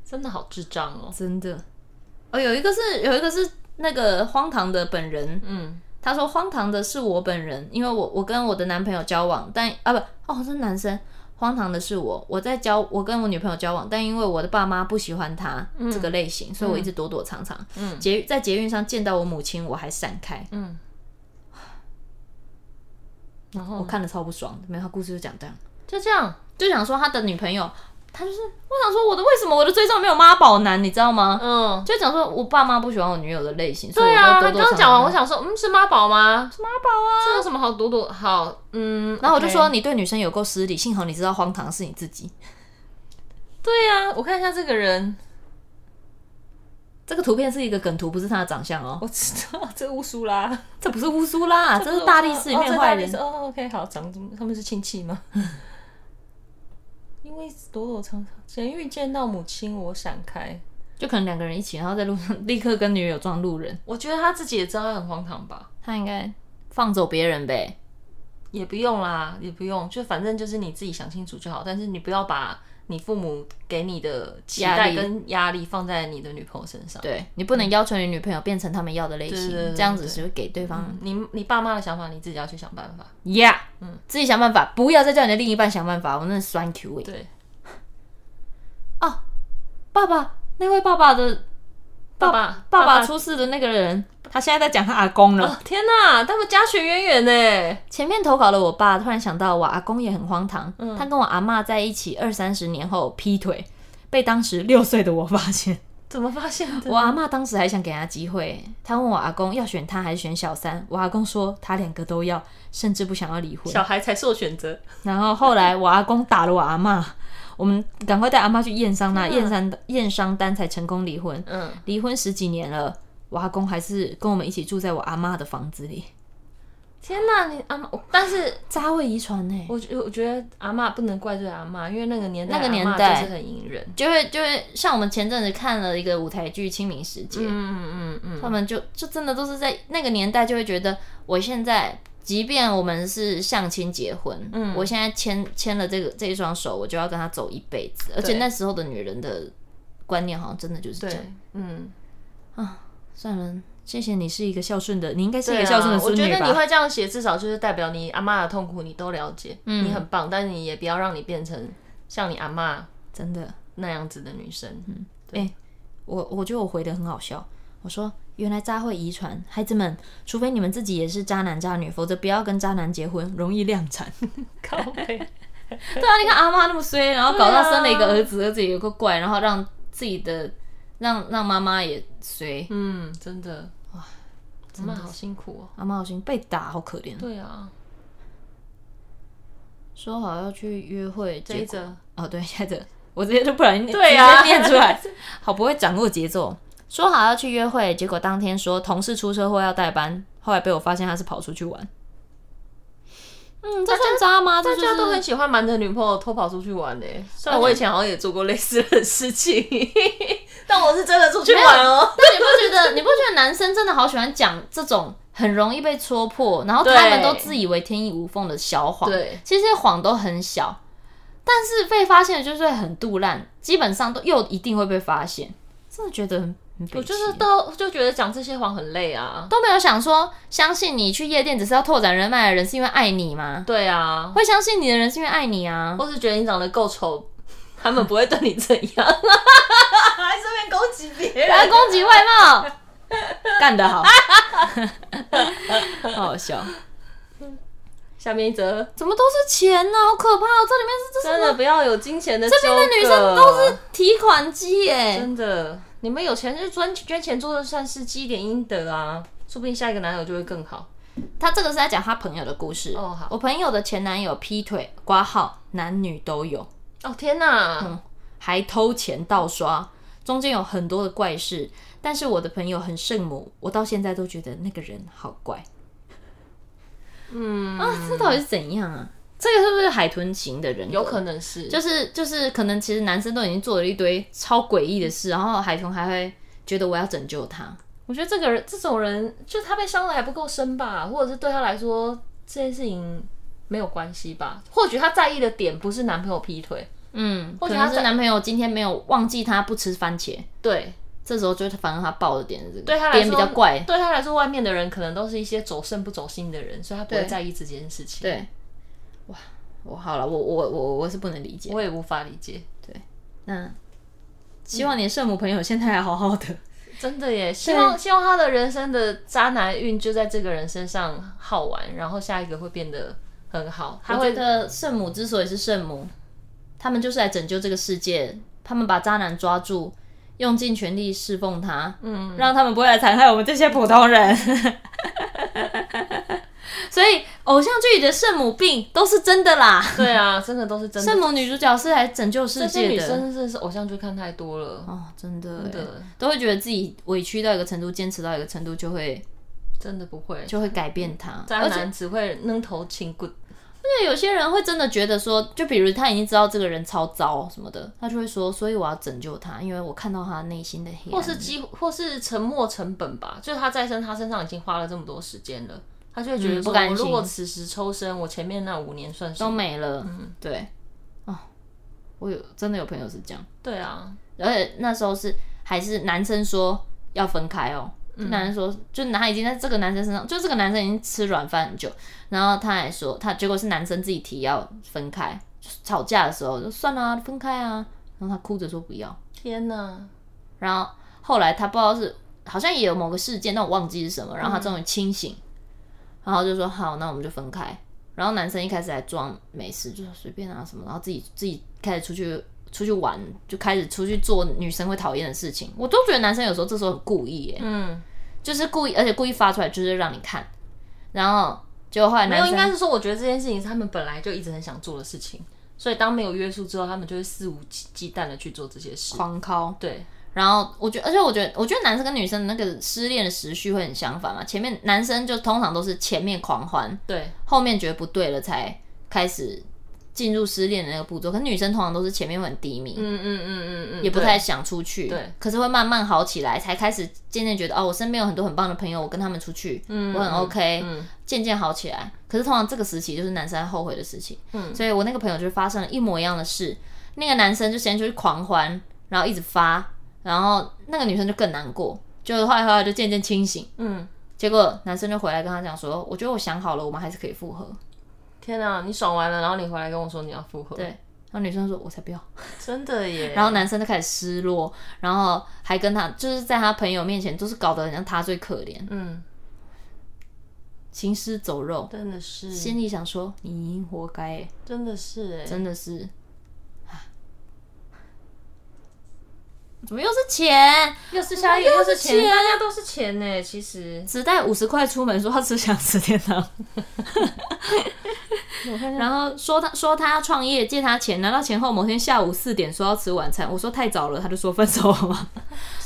真的好智障哦。
真的，哦，有一个是有一个是那个荒唐的本人，
嗯，
他说荒唐的是我本人，因为我我跟我的男朋友交往，但啊不哦这男生荒唐的是我，我在交我跟我女朋友交往，但因为我的爸妈不喜欢他这个类型，所以我一直躲躲藏藏。
嗯
捷在捷运上见到我母亲，我还闪开，
嗯，然后
我看了超不爽的。没有，他故事就讲这样，
就这样，
嗯就想说他的女朋友，他就是我想说我的为什么我的追踪没有妈宝男，你知道吗？
嗯，
就讲说我爸妈不喜欢我女友的类型，所以
对
我
啊，
都躲
他
躲藏藏。
刚讲完，我想说，嗯，是妈宝吗？
妈宝啊，
这有什么好躲躲？好，嗯，
然后我就
OK
说你对女生有够失礼，幸好你知道荒唐是你自己。
对呀、我看一下这个人，
这个图片是一个梗图，不是他的长相哦。
我知道 这乌苏拉，
这不是乌苏拉，啊这是大力士里面的
哦这
坏
大力
人
士。哦，OK，好，长这么他们是亲戚吗？ 因为躲躲藏藏，前遇见到母亲，我闪开。
就可能两个人一起，然后在路上立刻跟女友撞路人，
我觉得他自己也知道他很荒唐吧，
他应该放走别人呗。
也不用啦，也不用，就反正就是你自己想清楚就好。但是你不要把你父母给你的期
压
待
力
跟压力放在你的女朋友身上。
对你不能要求你女朋友变成他们要的类型，
对对对
这样子是会给对方
嗯你你爸妈的想法，你自己要去想办法。
yeah，自己想办法，不要再叫你的另一半想办法。我那是酸 Q 哎、
对，
哦，爸爸那位爸爸的
爸爸，
爸爸出事的那个人，他现在在讲他阿公了。
哦，天哪，他们家学渊源呢？
前面投稿了我爸，突然想到我阿公也很荒唐，他跟我阿嬷在一起二三十年后劈腿，被当时六岁的我发 现。
怎么发现的？
我阿嬷当时还想给他机会，他问我阿公要选他还是选小三，我阿公说他两个都要，甚至不想要离婚。
小孩才受选择，
然后后来我阿公打了我阿嬷，我们赶快带阿嬷去验伤那验伤验伤单才成功离婚。
嗯，
离婚十几年了，我阿公还是跟我们一起住在我阿嬷的房子里，
天哪，你阿妈，但是
渣位遗传呢、
我觉我觉得阿妈不能怪罪阿妈，因为那个年代
那个年
阿嬷
代
就是很隐忍，
就会就会像我们前阵子看了一个舞台剧《清明时节》，
嗯嗯嗯
他们就就真的都是在那个年代就会觉得，我现在即便我们是相亲结婚，嗯，我现在牵牵了这个这一双手，我就要跟他走一辈子。而且那时候的女人的观念好像真的就是这样。
对，嗯。
算了，谢谢你是一个孝顺的，你应该是一
对
个
啊
孝顺的孙
我
女
觉得
吧？
你会这样写，至少就是代表你阿妈的痛苦你都了解，
嗯
你很棒，但你也不要让你变成像你阿妈
真的，
那样子的女生。嗯，
我我觉得我回的很好笑，我说原来渣会遗传，孩子们，除非你们自己也是渣男渣女，否则不要跟渣男结婚，容易量产。
靠背。
对啊，你看阿妈那么衰，然后搞到
对啊
生了一个儿子，儿子也有个怪，然后让自己的让让妈妈也衰，
嗯，真的，哇，阿妈好辛苦哦。
阿妈好心被打，好可怜。
对啊，
说好要去约会，
这
结
一
果
则
哦，对，下一则我直接就不然
对
直
啊
接念出来，好不会掌握节奏。说好要去约会，结果当天说同事出车祸要代班，后来被我发现他是跑出去玩。嗯，这算渣吗？这
大
就
家
是
都很喜欢瞒着女朋友偷跑出去玩呢、虽然我以前好像也做过类似的事情，但我是真的出去玩哦。
但你不觉得？你不觉得男生真的好喜欢讲这种很容易被戳破，然后他们
对
都自以为天衣无缝的小谎？
对，
其实这些谎都很小，但是被发现的就是会很杜烂，基本上都又一定会被发现。真的觉得很，很
我
北
就
齐
是都就觉得讲这些谎很累啊。
都没有想说，相信你去夜店只是要拓展人脉的人是因为爱你吗？
对啊，
会相信你的人是因为爱你啊。
或是觉得你长得够丑，他们不会对你怎 样，还顺便攻击别人。
来攻击外 貌，干得好， 好好笑。
下面一则，
怎么都是钱呢、好可怕、哦！这里面是这是
真的不要有金钱的
这
这
边的女生都是提款机耶、
真的，你们有钱就捐捐钱做的善事，积一点阴德啊，说不定下一个男友就会更好。
她这个是在讲她朋友的故事。
哦好
我朋友的前男友劈腿、挂号，男女都有，
哦天哪，
嗯还偷钱盗刷，中间有很多的怪事。但是我的朋友很圣母，我到现在都觉得那个人好怪。嗯啊，这到底是怎样啊？这个是不是海豚型的人格？
有可能是，
就是是就是可能其实男生都已经做了一堆超诡异的事，然后海豚还会觉得我要拯救他。
我觉得这个人这种人，就他被伤的还不够深吧，或者是对他来说这件事情没有关系吧。或许他在意的点不是男朋友劈腿，
嗯，
或
或
者
者
他
是
在
男朋友今天没有忘记他不吃番茄，
对，
这时候就是反正他爆的点是这个，
对他来
点比
说
较怪。
对他来说，外面的人可能都是一些走肾不走心的人，所以他不会
对
在意这件事情。，
对，哇，我好了，我我我我是不能理解。
我也无法理解，
那希望你的圣母朋友现在还好 好的。
真的耶。希望希望他的人生的渣男运就在这个人身上耗完，然后下一个会变得很好。他
我
会
觉得圣母之所以是圣母，他们就是来拯救这个世界，他们把渣男抓住，用尽全力侍奉他，嗯，让他们不会来残害我们这些普通 人。所以偶像剧里的圣母病都是真的啦。
对啊，真的都是真的。
圣母女主角是来拯救世
这些
界
女
的，
生真的是偶像剧看太多了，
哦，真的真
真的
都会觉得自己委屈到一个程度，坚持到一个程度，就会
真的不会。
就会改变他。
渣
而且
男只会扔头轻棍，
对，有些人会真的觉得说，就比如他已经知道这个人超糟什么的，他就会说，所以我要拯救他，因为我看到他内心的黑暗。
或是几乎或是沉没成本吧，就是他再生，他身上已经花了这么多时间了，他就会觉得
嗯不
说，
甘
我
心
如果此时抽身，我前面那五年算什
都
么？
没了。嗯，对。哦，我有真的有朋友是这样，
对啊，
而且那时候是还是男生说要分开哦。
嗯
就男生说，就他已经在这个男生身上，就这个男生已经吃软饭很久，然后他还说，他结果是男生自己提要分开，就是吵架的时候就算了、啊，分开啊，然后他哭着说不要，
天哪，
然后后来他不知道是好像也有某个事件，但我忘记是什么。然后他终于清醒，然后就说好，那我们就分开。然后男生一开始还装没事，就说随便啊什么，然后自己自己开始出去出去玩，就开始出去做女生会讨厌的事情。我都觉得男生有时候这时候很故意耶，
嗯，
就是故意，而且故意发出来就是让你看。然后结果后来
没有，
男
应
生
该是说，我觉得这件事情是他们本来就一直很想做的事情，所以当没有约束之后，他们就会肆无忌忌惮的去做这些事。
狂敲，
对，
然后我觉得，而且我觉得，我觉得男生跟女生的那个失恋的时序会很相反嘛。前面男生就通常都是前面狂欢，
对，
后面觉得不对了才开始进入失恋的那个步骤。可是女生通常都是前面会很低迷，
嗯嗯嗯嗯嗯，
也不太想出去，
对，
可是会慢慢好起来，才开始渐渐觉得哦，我身边有很多很棒的朋友，我跟他们出去，
嗯
我很 OK，
嗯
渐渐、好起来。可是通常这个时期就是男生后悔的时期，嗯，所以我那个朋友就发生了一模一样的事，那个男生就先就是狂欢，然后一直发，然后那个女生就更难过，就后来后来就渐渐清醒，
嗯，
结果男生就回来跟他讲说，我觉得我想好了，我们还是可以复合。
天哪、你爽完了，然后你回来跟我说你要复合，
对，然后女生说：“我才不要。
真的耶。”
然后男生就开始失落，然后还跟他就是在他朋友面前，就是搞得很像他最可怜，
嗯，
行尸走肉。
真的是，
心里想说：“你已经活该欸，
真的是哎，
真的是。啊”怎么又是钱？
又是下一个，
又
又
是
是钱，
钱
大家都是钱呢。其实，
只带五十块出门，说他只想吃天堂，
我看
然后说他说他要创业，借他钱，拿到钱后某天下午四点说要吃晚餐，我说太早了，他就说分手了嘛，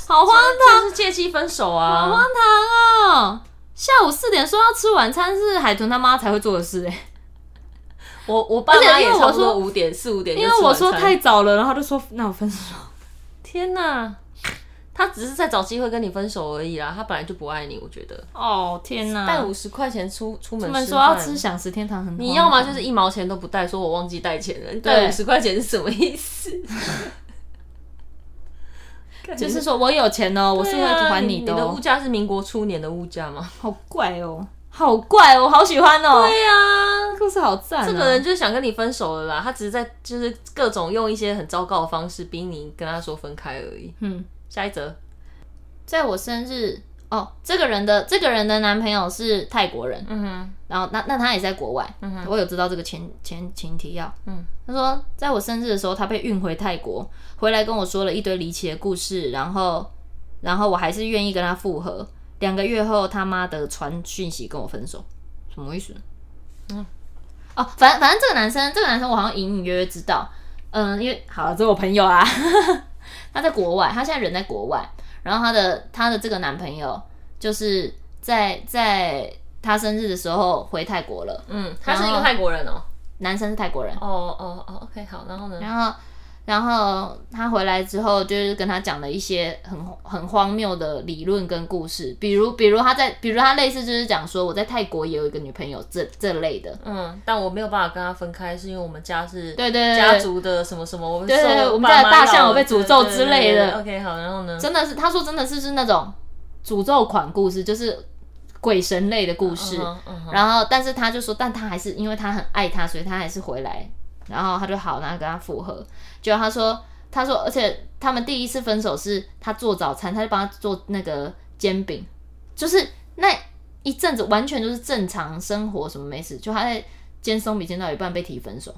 好荒唐
这是借机分手
啊好
啊
荒！唐哦！下午四点说要吃晚餐是海豚他妈才会做的事哎、
我我爸
而且
妈
因
也
为
差
我
不多
说
五点四五点就
因
吃晚
为
餐，
我说太早了，然后他就说那我分手。
天哪，他只是在找机会跟你分手而已啦，他本来就不爱你，我觉得。
哦天哪！
带五十块钱出出门，
他
出
们说要吃，享食天堂很荒唐，
你要么就是一毛钱都不带，说我忘记带钱了。你带
对
五十块钱是什么意 思？
就是说我有钱哦，我是会还
你
的
你的
哦
物，价是民国初年的物价吗？
好怪哦，好怪哦，好喜欢哦，
对呀、
故事好赞哦。
这个人就是想跟你分手了啦，他只是在就是各种用一些很糟糕的方式逼你跟他说分开而已。
嗯，
下一则，
在我生日哦，这个人的这个人的男朋友是泰国人，
嗯哼，
然后那那他也在国外，
嗯哼
我有知道这个前前前提要，
嗯，
他说在我生日的时候，他被运回泰国，回来跟我说了一堆离奇的故事，然后然后我还是愿意跟他复合。两个月后，他妈的传讯息跟我分手，什么意思？嗯，哦，反正反正这个男生，这个男生我好像隐隐约约知道，嗯，因为好了，这是我朋友啊， 他在国外，他现在人在国外，然后他的他的这个男朋友就是在在他生日的时候回泰国了，
嗯，他是一个泰国人哦、
男生是泰国人。
哦哦哦，OK，好，然后呢？
然后，然后他回来之后，就是跟他讲了一些很很荒谬的理论跟故事，比如，比如他在，比如他类似就是讲说我在泰国也有一个女朋友这这类的。
嗯，但我没有办法跟他分开，是因为我们家是
对对对
家族的什么什么，我们
对对对
受
我们家的
爸妈
大象
要
有被诅咒之类的
对对对对对 OK，好，然后呢？
真的是，他说真的是是那种诅咒款故事，就是鬼神类的故事。
嗯哼嗯哼
然后，但是他就说，但他还是因为他很爱他，所以他还是回来。然后他就好，然后跟他复合。结果他说，他说，而且他们第一次分手是他做早餐，他就帮他做那个煎饼，就是那一阵子完全就是正常生活，什么没事。就他在煎松饼煎到一半被提分手，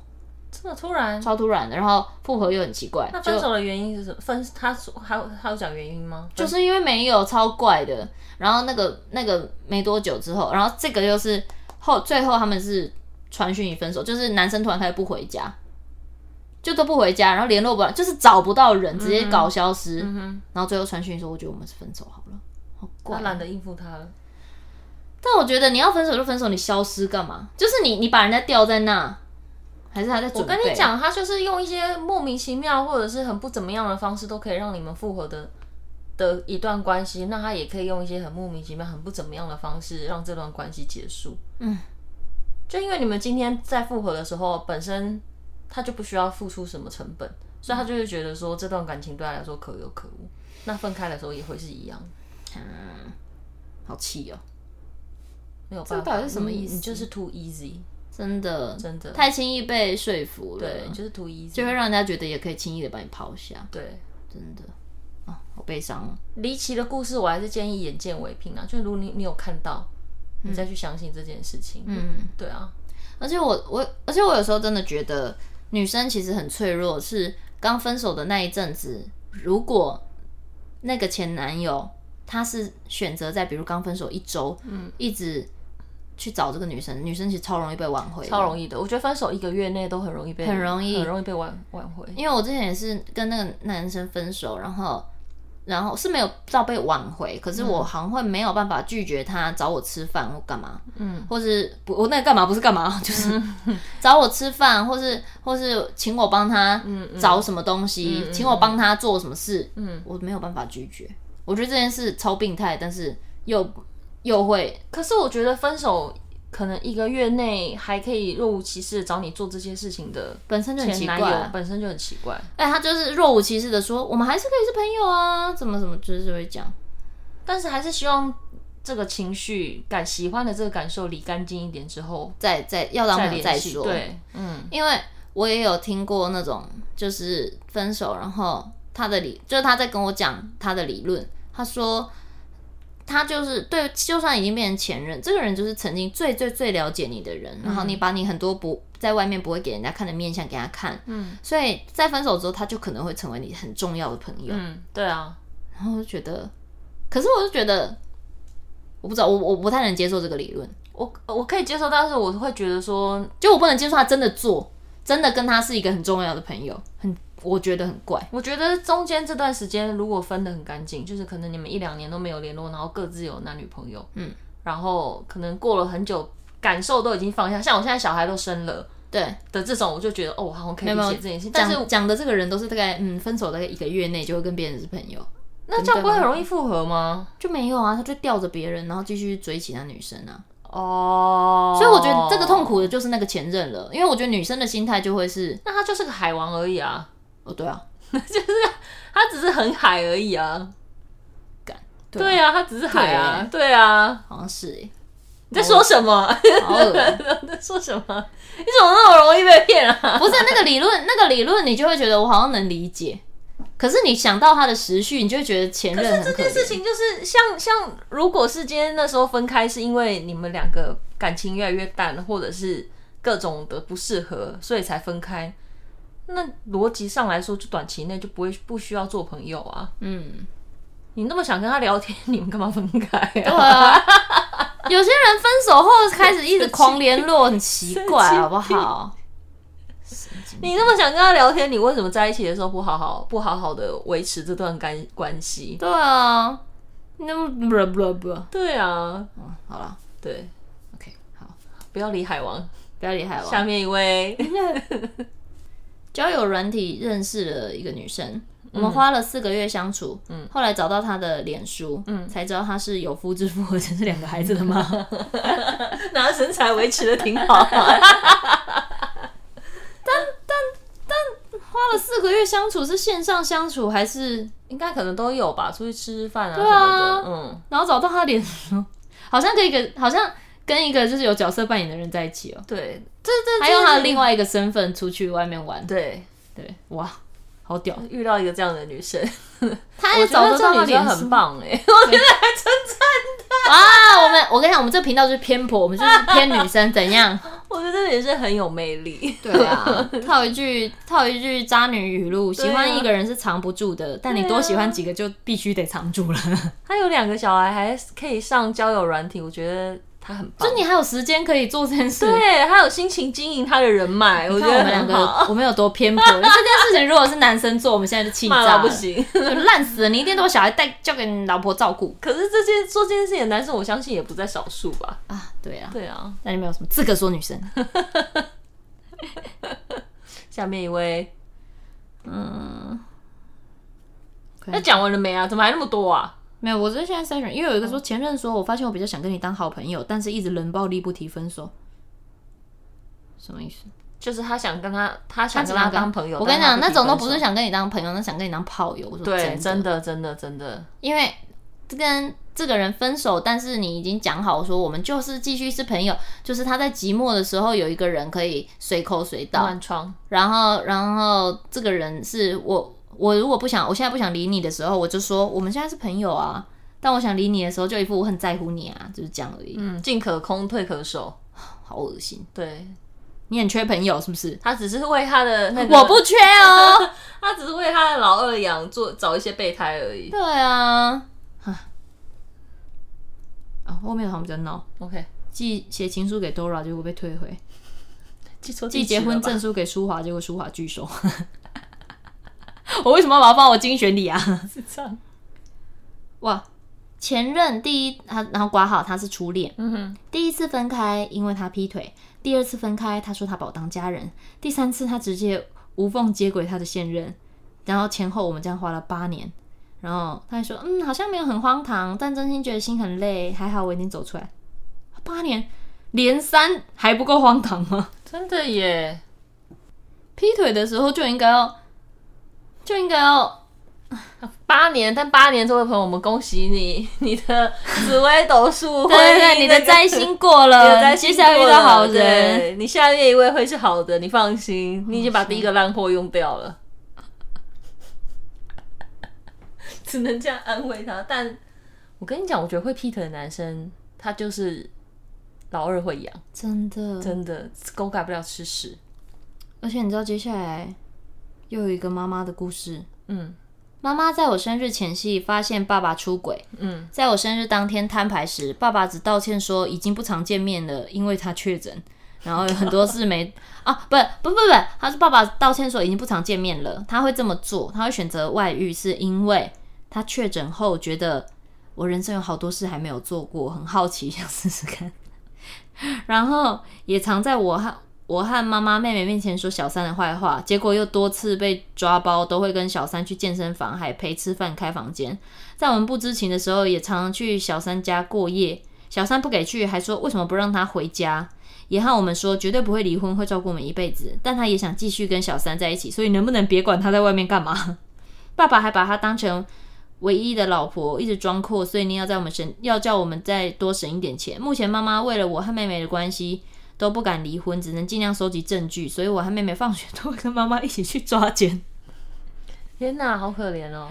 这么突然，
超突然的。然后复合又很奇怪，
那
就
分手的原因是什么？分他说还有还有讲原因吗？
就
分
是因为没有超怪的，然后那个那个没多久之后，然后这个又是后最后他们是传讯息分手，就是男生突然开始不回家，就都不回家，然后联络不到，就是找不到人，直接搞消失，
嗯哼，
然后最后传讯息说我觉得我们是分手好了，好怪
他。懒得应付他了。
但我觉得你要分手就分手，你消失干嘛？就是你你把人家吊在那，还是他在准
我
备？
跟你，讲，他就是用一些莫名其妙或者是很不怎么样的方式，都可以让你们复合的的一段关系。那他也可以用一些很莫名其妙、很不怎么样的方式，让这段关系结束。
嗯，
就因为你们今天在复合的时候，本身他就不需要付出什么成本，所以他就会觉得说这段感情对他来说可有可无。那分开的时候也会是一样，
嗯，好气哦，
没有办
这到
法。嗯
底是什么意思
你你就是 too easy，
真的
真的
太轻易被说服了，
对，你就是 too easy，
就会让人家觉得也可以轻易的把你抛下，
对。
真的啊，好悲伤哦。
离奇的故事，我还是建议眼见为凭啊。就如你你有看到，你再去相信这件事情。
嗯，
对啊，
而且我我而且我有时候真的觉得女生其实很脆弱，是刚分手的那一阵子，如果那个前男友他是选择在比如刚分手一周，嗯，一直去找这个女生，女生其实超容易被挽回，
超
易。
容易的。我觉得分手一个月内都很容易被，
很容易
很容易被挽挽回。
因为我之前也是跟那个男生分手，然后然后是没有到被挽回，可是
嗯
我好像会没有办法拒绝他找我吃饭或干嘛，
嗯，
或是不我那个干嘛不是干嘛，就是 找我吃饭，或是或是请我帮他
嗯
找什么东西，请我帮他做什么事，嗯，我没有办法拒绝，我觉得这件事超病态，但是又又会
可是我觉得分手可能一个月内还可以若无其事地找你做这些事情的
本身就很
前
奇怪
男
啊、
友本身就很奇怪。
哎、他就是若无其事的说，我们还是可以是朋友啊，怎么怎么，就是会讲。
但是还是希望这个情绪感喜欢的这个感受理干净一点之后
再再要当朋友再
联系。
说。，
对，嗯，
因为我也有听过那种就是分手，然后他的理就是他在跟我讲他的理论，他说他就是对，就算已经变成前任，这个人就是曾经最最最了解你的人，然后你把你很多不在外面不会给人家看的面相给他看，嗯，所以在分手之后，他就可能会成为你很重要的朋友，
嗯，对啊，
然后我就觉得，可是我就觉得。我不知道，我我不太能接受这个理论，
我我可以接受，但是我会觉得说
就我不能接受他真的做，真的跟他是一个很重要的朋友，很我觉得很怪。
我觉得中间这段时间如果分得很干净，就是可能你们一两年都没有联络，然后各自有男女朋友，
嗯，
然后可能过了很久，感受都已经放下。像我现在小孩都生了
对，
的这种，我就觉得哦，我好像可以
没有没
理
有
解这件事情。但
讲
是
讲的这个人都是大概嗯分手大概一个月内就会跟别人是朋友，
那这样不会很容易复合吗？
就没有啊，他就吊着别人，然后继续追其他女生啊。
哦，
所以我觉得这个痛，苦的就是那个前任了，因为我觉得女生的心态就会是
那他就是个海王而已啊，
哦对啊，
他只是很海而已啊。
干对啊
对啊，他只是海啊，对啊。
好像是哎、
你在说什么？
好恶
你在说什么？你怎么那么容易被骗啊？
不是那个理论，那个理论你就会觉得我好像能理解，可是你想到他的时序，你就会觉得前任很可
这件
怜
事情就是像像，如果是今天那时候分开，是因为你们两个感情越来越淡，或者是各种的不适合，所以才分开。那逻辑上来说，就短期内就不会不需要做朋友啊。
嗯。
你那么想跟他聊天，你们干嘛分开
对
啊？
啊，有些人分手后开始一直狂联络，很奇怪，好不好？
你那么想跟他聊天，你为什么在一起的时候不好好不好好的维持这段干关系？
对啊，那么不不不，
对啊，
嗯，好了
对，
，OK，好，
不要理海王。
不要理海王。
下面一位，
交友软体认识了一个女生，我们花了四个月相处，嗯，后来找到她的脸书，嗯，才知道她是有夫之妇，而且是两个孩子的 妈。
那身材维持的挺好啊，
花了四个月相处是线上相处还是？
应该可能都有吧，出去吃吃饭啊什
啊
么的，嗯，
然后找到她的脸书，好像跟一个好像跟一个就是有角色扮演的人在一起哦，
对，这这
还用她的另
外
外一个身份出去外面玩，
对
对，哇，好屌！
遇到一个这样的女生，
她
哎我
也
觉
找
得
得
这
到
样
她
的女
脸
生
书
很棒哎，
啊！我们我跟你讲，我们这频道就是偏颇，我们就是偏女生，怎 样？
我觉得这女生很有魅力，
对啊， 套一句套一句渣女语录：
啊
喜欢一个人是藏不住的，但你多喜欢几个就必须得藏住了。
她有两个小孩，还可以上交友软体，我觉得她很棒
就。你还有时间可以做这件事。
对，她有心情经营她的人脉，我
你
觉
啊看我
得
们两
很
个
好。，
我们有多偏颇。这件事情如果是男生做，我们现在就气
骂
炸
到
了，
不，行，
就 烂死了。你一定都有小孩带，交给你老婆照顾
可是这件做这件事情的男生，我相信也不在少数吧？
啊。对啊，
对啊，
但你没有什么资格说女生。
下面一位，
嗯，
那讲完了没啊？怎么还那么多啊？
没有，我这现在筛选，因为有一个
嗯
说前任说，我发现我比较想跟你当好朋友，但是一直冷暴力不提分手，什么意思？
就是他想跟他，他
他
想
只
跟
想
他
跟
当朋友。
我跟你讲，那
但他
种
提
都
分手
不是想跟你当朋友，那想跟你当炮友。我说
对，真
真的，
的，真的，真的，
因为跟这个人分手，但是你已经讲好说我们就是继续是朋友，就是他在寂寞的时候有一个人可以随口随到，
乱窗。
然后然后这个人是我我如果不想我现在不想理你的时候，我就说我们现在是朋友啊。但我想理你的时候，就一副我很在乎你啊，就是这样而已，
嗯，进可攻，退可守。
好恶心。
对
你很缺朋友是不是？
他只是为他的那个，
我不缺哦。
他只是为他的老二养做找一些备胎而已。
对啊，啊，后面好像比较闹，
OK，
寄写情书给 Dora，结果被退回；
寄错
寄
寄
结婚证书给舒华，结果舒华拒收。 我为什么要把它放我精选里啊？
这样。
哇，前任第一，他然后挂号，他是初恋，
嗯哼，
第一次分开，因为他劈腿；第二次分开，他说他把我当家人；第三次，他直接无缝接轨他的现任。然后前后我们这样花了八年。然后他还说：“嗯，好像没有很荒唐，但真心觉得心很累。还好我已经走出来。八年连三还不够荒唐吗？
真的耶。
劈腿的时候就应该要，就应该要
八年，但八年，这位朋友，我们恭喜你，你的紫微斗数
对
婚姻
对对，你的
那个
灾星过
你
了，
的灾
嗯接
星
下来遇
过
到好
了
人。”，
对你下面一位会是好的，你放心，你已经把第一个烂货用掉了， 只能这样安慰他。但我跟你讲，我觉得会劈腿的男生，他就是老二会养，
真的，
真的狗改不了吃屎。
而且你知道接下来又有一个妈妈的故事。
嗯
妈妈在我生日前夕发现爸爸出轨，
嗯，
在我生日当天摊牌时，爸爸只道歉说已经不常见面了，因为他确诊，然后有很多事没啊，不不不不，他是爸爸道歉说已经不常见面了，他会这么做，他会选择外遇是因为他确诊后觉得我人生有好多事还没有做过，很好奇想试试看， 然后也常在我和。我和妈妈、妹妹面前说小三的坏话，结果又多次被抓包，都会跟小三去健身房，还陪吃饭、开房间。在我们不知情的时候，也常常去小三家过夜。小三不给去，还说为什么不让他回家？也和我们说绝对不会离婚，会照顾我们一辈子。但他也想继续跟小三在一起，所以能不能别管他在外面干嘛？ 爸爸还把他当成唯一的老婆，一直装阔，所以你要在我们省，要叫我们再多省一点钱。目前妈妈为了我和妹妹的关系都不敢离婚，只能尽量收集证据，所以我和妹妹放学都会跟妈妈一起去抓奸。
天哪，好可怜哦。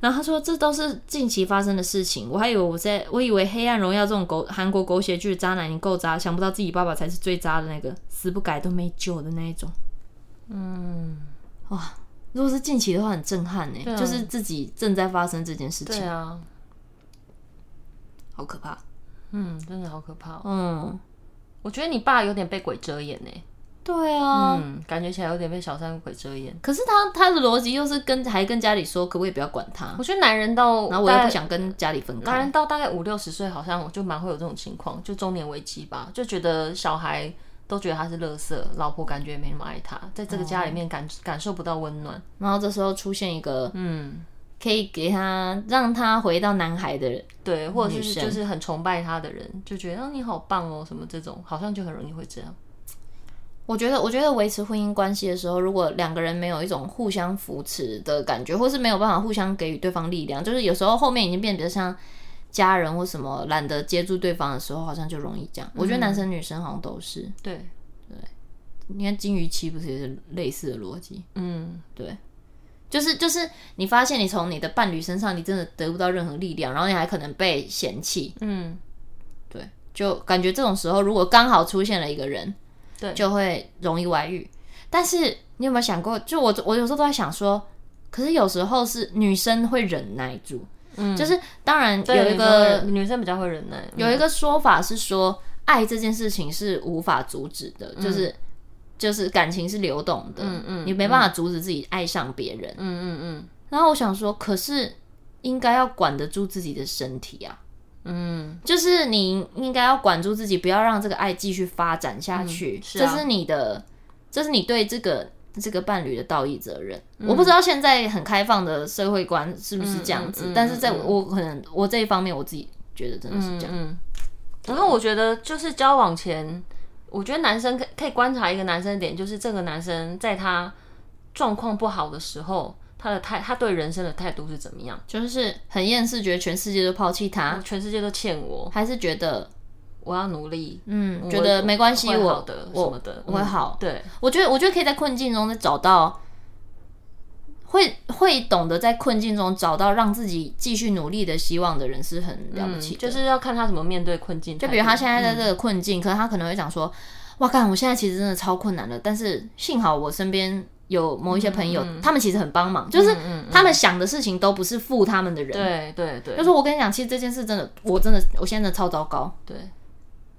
然后他说这都是近期发生的事情，我还以为我在，我以为《黑暗荣耀》这种狗韩国狗血剧的渣男已经够渣，想不到自己爸爸才是最渣的那个，死不改都没救的那一种。
嗯，
如果是近期的话，很震撼呢、
对啊
就是自己正在发生这件事
对
情，
啊，
好可怕。
嗯，真的好可怕、哦。
嗯，
我觉得你爸有点被鬼遮眼呢、
对啊。
嗯，感觉起来有点被小三鬼遮眼。
可是他他的逻辑又是跟还跟家里说，可不可以不要管他？
我觉得男人到，
然后我又不想跟家里分
男
开。
人到大概五六十岁，好像我就蛮会有这种情况，就中年危机吧，就觉得小孩都觉得他是垃圾，老婆感觉也没那么爱他，在这个家里面感、感受不到温暖。
然后这时候出现一个
嗯，
可以给他让他回到男孩的人，
对，或者
女
是
生
就是很崇拜他的人，就觉得、啊、你好棒哦，什么这种，好像就很容易会这样。
我觉得，我觉得维持婚姻关系的时候，如果两个人没有一种互相扶持的感觉，或是没有办法互相给予对方力量，就是有时候后面已经变得比较像家人或什么，懒得接住对方的时候，好像就容易这样。我觉得男生女生好像都是，
对，
你看金鱼期不是也是类似的逻辑？
嗯，
对，就是就是你发现你从你的伴侣身上，你真的得不到任何力量，然后你还可能被嫌弃，
嗯，
对，就感觉这种时候，如果刚好出现了一个人，
对
就会容易外遇。但是你有没有想过，就我我有时候都在想说，可是有时候是女生会忍耐住，嗯，就是当然
对
有一个
女生比较会忍耐，嗯
有一个说法是说，爱这件事情是无法阻止的，就是。就是感情是流动的，
嗯嗯
你没办法阻止自己爱上别人。
嗯嗯
然后我想说，可是应该要管得住自己的身体啊，
嗯
就是你应该要管住自己，不要让这个爱继续发展下去。
嗯是啊
这是你的，这是你对这个这个伴侣的道义责任。
嗯
我不知道现在很开放的社会观是不是这样子，
嗯嗯嗯
但是在
嗯
我我可能我这一方面我自己觉得真的是
嗯
这样。
嗯。然后我觉得就是交往前，我觉得男生可可以观察一个男生的点，就是这个男生在他状况不好的时候，他的态他对人生的态度是怎么样？啊
就是很厌世，觉得全世界都抛弃他，
全世界都欠我，
还是觉得
我要努力，
嗯，
嗯我
觉得没关系，
会好
我
的
我
什么的，
我会
嗯
好。
对，
我觉得，我觉得可以在困境中再找到，会会懂得在困境中找到让自己继续努力的希望的人是很了不起的、
嗯就是要看他怎么面对困境态度。就
比如他现在
嗯
在这个困境，可能他可能会讲说：“哇，干，我现在其实真的超困难的，但是幸好我身边有某一些朋
嗯
友，他们其实很帮忙，就是他们想的事情都不是负他们的人。
对对对，
就是我跟你讲，其实这件事真的，我真的，我现在真的超糟糕。
对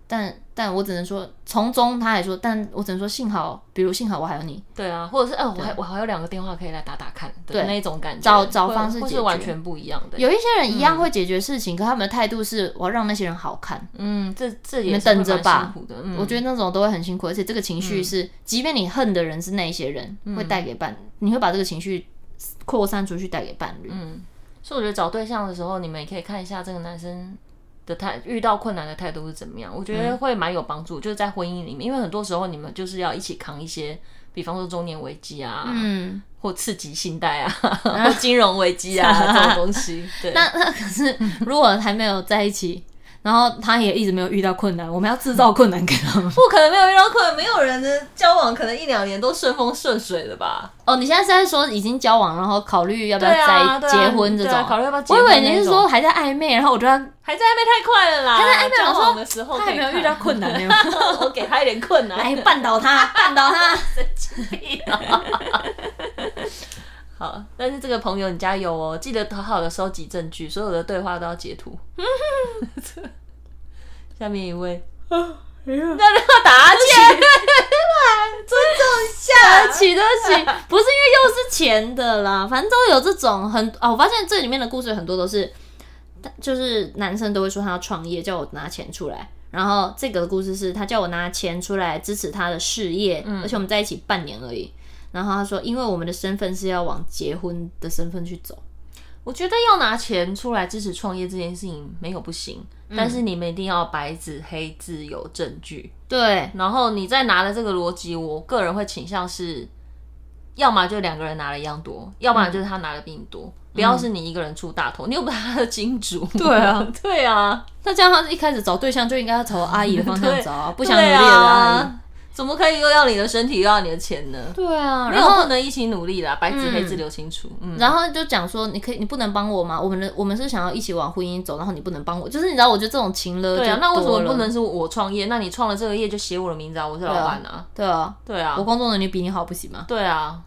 但但我只能说，从中他还说，但我只能说幸好，比如幸好我还有你，
对啊，或者是哎、我还我还有两个电话可以来打打看的那一种感觉，
找找
会
方式
会
解
是完
决
全不一样的。
有一些人一样会解决事情，可他们的态度是我要让那些人好看。
嗯，这这也
们
是会
等着
蛮
吧
辛苦的。嗯，
我觉得那种都会很辛苦，而且这个情绪是，即便你恨的人是那一些人，会带给伴，你会把这个情绪扩散出去，带给伴侣。
所以我觉得找对象的时候，你们也可以看一下这个男生的态，遇到困难的态度是怎么样。我觉
嗯
得会蛮有帮助，就是在婚姻里面，因为很多时候你们就是要一起扛一些，比方说中年危机啊，
嗯，
或刺激信贷啊，或金融危机 啊这种东西。对，
那那可是 如果还没有在一起，然后他也一直没有遇到困难，我们要制造困难给他们。
不可能没有遇到困难，没有人的交往可能一两年都顺风顺水的吧？
哦，你现在是在说已经交往，然后考虑要不要
对啊
再
对啊
结婚这种？
对啊考虑要不要结
我以
婚
为你是
那种
说还在暧昧，然后我就要
还在暧昧太快了啦！还在暧
昧我
交往
说
的时候
他
可
还
以
没有
看
遇到，困难呢，
我给他一点困难。
来绊倒他，绊倒他。
好，但是这个朋友你加油哦，记得好好的收集证据，所有的对话都要截图。 下面一位，那让他打钱，
对不起，对不 起，不是因为又是钱的啦，反正都有这种很啊、我发现这里面的故事很多都是，就是男生都会说他要创业，叫我拿钱出来。然后这个故事是他叫我拿钱出来支持他的事业，
嗯
而且我们在一起半年而已。然后他说，因为我们的身份是要往结婚的身份去走，
我觉得要拿钱出来支持创业这件事情没有不行，但是你们一定要白纸黑字有证据。
对，
然后你再拿了这个逻辑，我个人会倾向是，要么就两个人拿了一样多，要不然就是他拿的比你多，不要是你一个人出大头，你又不是他的金主。嗯 对
啊，
对啊，
那这样他一开始找对象就应该要朝阿姨的方向
对
找啊，不
不
想努力的阿姨。
啊，怎么可以又要你的身体又要你的钱呢？
对啊，
没
然
有
后
不能一起努力啦，白纸黑字留清楚。嗯，
然后就讲说，你可以，你不能帮我吗？我们的我们是想要一起往婚姻走，然后你不能帮我，就是你知道，我觉得这种情了
对
就
啊，那为什
多
么
了
不？能是我创业？那你创了这个业就写我的名字啊，我是老板啊。
对啊，
对啊
我，工作能力比你好不行吗？
对啊，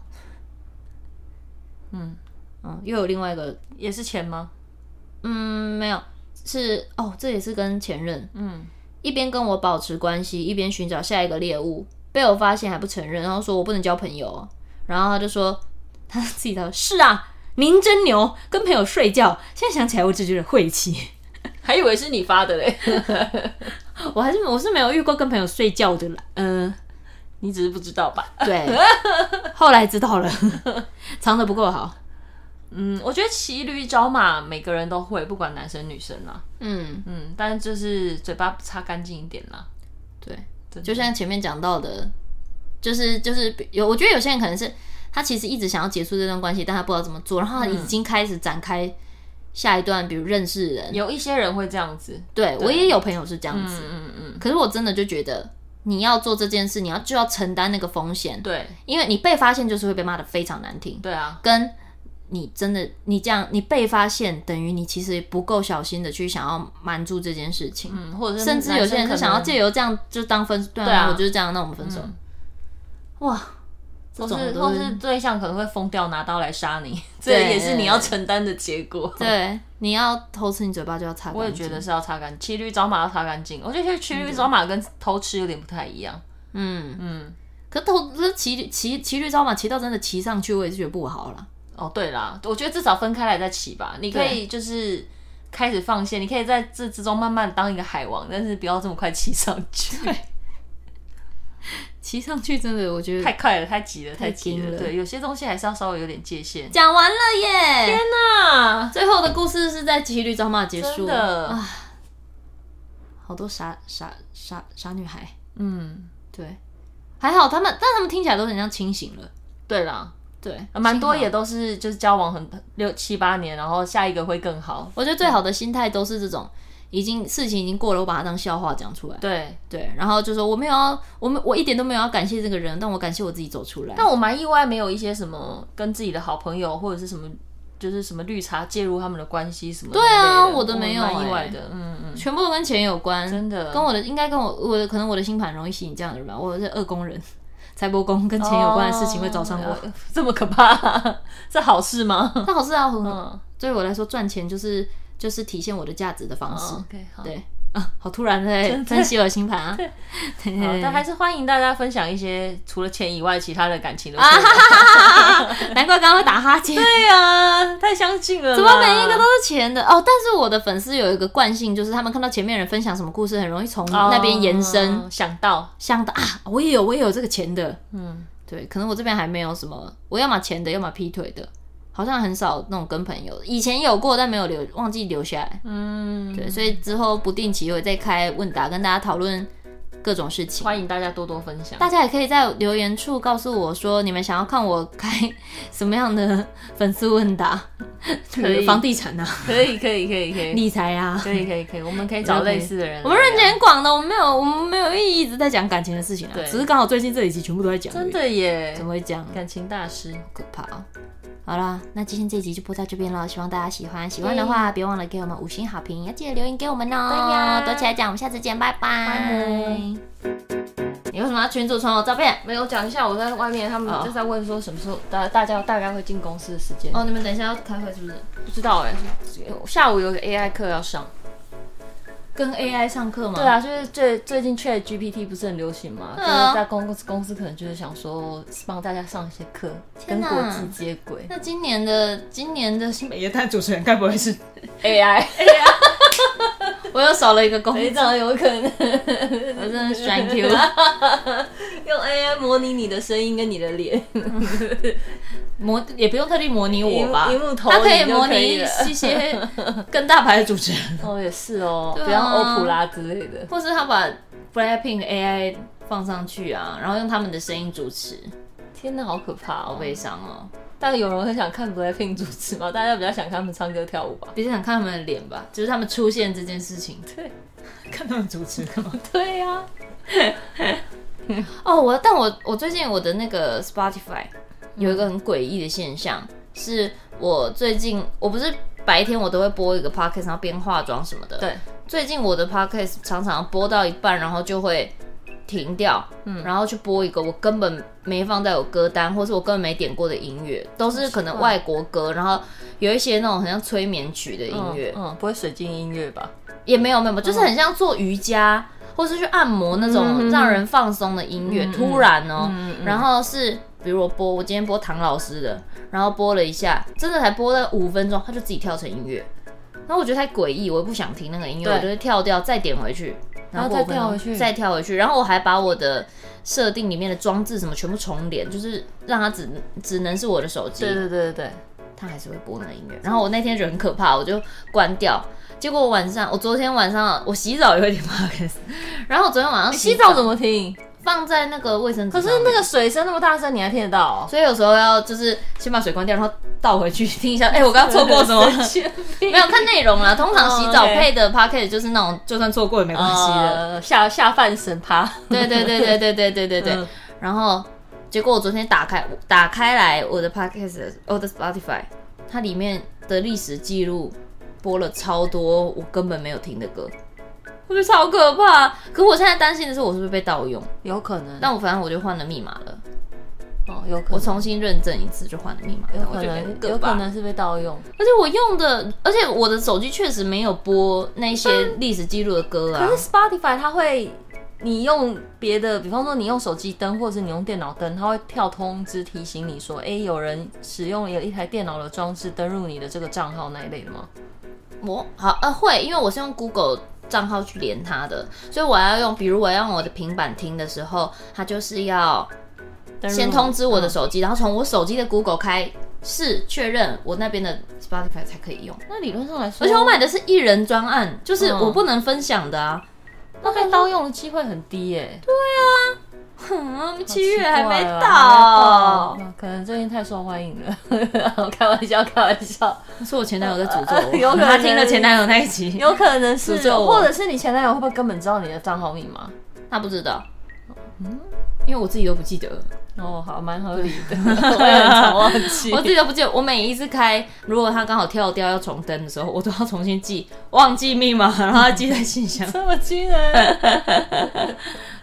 嗯，又有另外一个，
也是钱吗？
嗯，没有，是哦，这也是跟前任，
嗯，
一边跟我保持关系，一边寻找下一个猎物，被我发现还不承认，然后说我不能交朋友哦，然后他就说他自己的是啊，您真牛，跟朋友睡觉，现在想起来我只觉得晦气。
还以为是你发的嘞。
我还是我是没有遇过跟朋友睡觉的啦。
嗯、你只是不知道吧？
对，后来知道了， 藏的不够好。
嗯，我觉得骑驴找马每个人都会，不管男生女生啦。
嗯，
嗯，但是就是嘴巴擦干净一点啦。
对，
真的
就像前面讲到的，就是就是有，我觉得有些人可能是他其实一直想要结束这段关系，但他不知道怎么做，然后他已经开始展开下一段，比如认识人。
有一些人会这样子。
嗯对我也有朋友是这样
嗯
子，
嗯嗯，
可是我真的就觉得你要做这件事，你要就要承担那个风险，
对
因为你被发现就是会被骂的非常难听，
对啊，
跟你真的你这样你被发现，等于你其实不够小心的去想要瞒住这件事情。
嗯，或者是
甚至有些人
男生可
是
能
想要借由这样就当分，对啊，
对啊
我就是这样，那我们分手。
嗯
哇，这
或
种
是
的
或
都
是对象可能会疯掉，拿刀来杀 你，这
对
也是你要承担的结果。
对，你要偷吃你嘴巴就要擦干净。
我也觉得是要擦干净，骑驴找马要擦干净。我觉得骑驴找马跟偷吃有点不太一样。
嗯，
嗯，
可偷这骑骑骑驴找马，骑到真的骑上去，我也是觉得不好啦。
哦，对啦，我觉得至少分开来再骑吧。你可以就是开始放线，你可以在这之中慢慢当一个海王，但是不要这么快骑上去，
骑上去真的，我觉
太
得
快了，太急了，太急
惊
了。
了
对，有些东西还是要稍微有点界限。
讲完了耶。
那
最后的故事是在骑驴找马啊结束
真的
啊，好多傻傻傻傻女孩，
嗯，
对，还好他们，但他们听起来都很像清醒了，
对啦，
对，
呃蛮多
幸好
也都是就是交往很六七八年，然后下一个会更好。
我觉得最好的心态都是这种，已经事情已经过了，我把它当笑话讲出来。
对，
对，然后就说我没有要，我没我一点都没有要感谢这个人，但我感谢我自己走出来。
但我蛮意外，没有一些什么跟自己的好朋友或者是什么，就是什么绿茶介入他们的关系什么那类的。
对啊
我
我都没有
蛮意外
欸
的。嗯嗯，
全部都跟钱有关，
真的
跟我的应该跟我我的可能我的星盘容易吸引这样的人吧，我是二宫人，财帛宫跟钱有关的事情会找上我。
哦这么可怕、 这好事吗？
那好事啊，很好
嗯
对我来说赚钱就是就是体现我的价值的方式。
，OK，好。
对啊，好突然在分析我嗯的星盘啊， 对
好，但还是欢迎大家分享一些除了钱以外其他的感情的
啊
事。
哈哈哈哈！难怪刚刚会打哈欠。
对呀、太相信了啦。
哎怎么每一个都是钱的哦？但是我的粉丝有一个惯性，就是他们看到前面人分享什么故事，很容易从
哦
那边延伸，
想到，
想到啊，我也有，我也有这个钱的。
嗯，
对，可能我这边还没有什么，我要么钱的，要么劈腿的，好像很少那种跟朋友。以前有过，但没有留，忘记留下来。
嗯，
对，所以之后不定期会再开问答，跟大家讨论各种事情。
欢迎大家多多分享。
大家也可以在留言处告诉我说，你们想要看我开 什么样的粉丝问答，
可 以
房地产啊、
可以，可以，可以，可以，
理财啊，
可以，可以，可以，我们可以找类似的人。
我们认知很广的，我们没有，我们没有一直在讲感情的事情啊
对，
只是刚好最近这一集全部都在讲而已，
真的耶
怎，么会这样？好
感情大师。
可怕哦！好啦，那今天这一集就播到这边了，希望大家喜欢。喜欢的话，别忘了给我们五星好评，要记得留言给我们哦。
对呀
多起来讲，我们下次见，拜拜
拜。
你为什么要群主传我照片？
没有讲一下，我在外面，他们
哦
就在问说什么时候大大家大概会进公司的时间。
哦，你们等一下要开会是不是？
不知道哎、下午有个 AI 课要上。
跟 AI 上课吗？
对，啊，就是最最近 Chat GPT 不是很流行嘛，就
对啊
是在公司公司可能就是想说帮大家上一些课，
天
跟
哪
国际接轨。
那今年的今年的新北夜探主持人该不会是
AI，
我又少了一个工
非常有可能
我真的 thank you。
用 AI 模拟你的声音跟你的脸，
模也不用特地模拟我吧，
荧幕荧幕投
他可以
影就
模
可
拟
以了
一些更大牌的主持人，
哦也是哦，
对啊
不要欧普拉之类的。
或是他把 Blackpink AI 放上去啊，然后用他们的声音主持，
天哪，好可怕
好
哦！
悲伤哦。
但有人会想看 BLACKPINK 主持吗？大家比较想看他们唱歌跳舞吧？
比较想看他们的脸吧，就是他们出现这件事情，
对，
看他们主持干嘛？
对呀、啊，
哦，我但我我最近我的那个 Spotify
嗯
有一个很诡异的现象，是我最近我不是白天我都会播一个 podcast，然后边化妆什么的，
对，
最近我的 podcast 常常播到一半，然后就会停掉，嗯，然后去播一个我根本没放在我歌单，或是我根本没点过的音乐，都是可能外国歌，然后有一些那种很像催眠曲的音乐，
嗯，嗯不会水晶音乐吧？
也没有没有，就是很像做瑜伽或是去按摩那种让人放松的音乐，突然哦，然后是。比如我播，我今天播唐老师的，然后播了一下，真的才播了五分钟，他就自己跳成音乐，然后我觉得太诡异，我也不想听那个音乐，
对
我就会跳掉，再点回去，然然
然
后
后再
我可
跳
能
回去
再跳回去，然后我还把我的设定里面的装置什么全部重连，就是让它只只能是我的手机
对，对对对对，
它还是会播那个音乐。然后我那天觉得很可怕，我就关掉。结果我晚上，我昨天晚上我洗澡也会听 podcast，然 后我昨天晚上
你哎洗澡怎
么
么听？
放在那个卫生纸
可
上面？
是那个水声那么大声，你还听得到 哦、
所以有时候要就是先把水关掉，然后倒回去听一下，哎、我刚刚错过 什么？没有看内容啦，通常洗澡
哦，OK
配的 p o c k e t 就是那种就算错过也没关系的。
呃，下下饭神趴，
对对对对对对对对对
嗯。
然后结果我昨天打开打开来我的 p o c k e t 我的 Spotify，它里面的历史记录播了超多我根本没有听的歌，我觉得超可怕。可我现在担心的是我是不是被盗用？
有可能，
但我反正我就换了密码了，
哦，有可能，
我重新认证一次就换了密码，
有
但我
可
觉得很
能，
可
有
怕
可能是被盗用。
而且我用的，而且我的手机确实没有播那些历史记录的歌啊
嗯可。是 Spotify 它会，你用别的，比方说你用手机登，或者是你用电脑登，它会跳通知提醒你说，哎、有人使用有一台电脑的装置登入你的这个账号那一类的吗？
我好呃会，因为我是用 Google 账号去连它的，所以我要用，比如我要用我的平板听的时候，它就是要
登入嗯
先通知我的手机，然后从我手机的 Google 开是确认我那边的 Spotify 才可以用。
那理论上来说，
而且我买的是一人专案，就是
嗯
我不能分享的啊。
那被盗用的机会很低耶、
嗯，
好
七月还没
奇怪哦
到
还没，到可能最近太受欢迎了。 我开玩笑，开玩笑，
是我前男友在诅 咒我，
有可能
他听了前男友那一集，
有可能是
诅，咒我
或者是你前男友会不会根本知道你的账号密码？
他不知道，嗯因为我自己都不记得了，
哦，好，蛮合理 的，我也很常忘记。
我。自己都不记得。我每一次开，如果他刚好跳掉要重登的时候，我都要重新记，忘记密码，然后他记在信箱
这么惊人，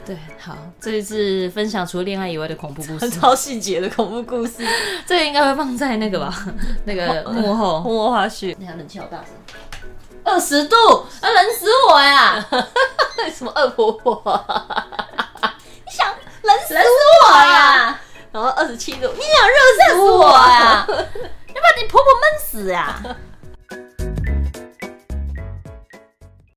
对，好，这就是分享除了恋爱以外的恐怖故事，
很 超细节的恐怖故事，
这个应该会放在那个吧， 那个幕后。
红魔滑雪，
你看冷气好大声，二十度，要冷死我呀！
那 什么恶婆婆啊、你想
冷死我
啊
呀！
然后二十七度，你
你想热死我呀！要把你婆婆闷死呀！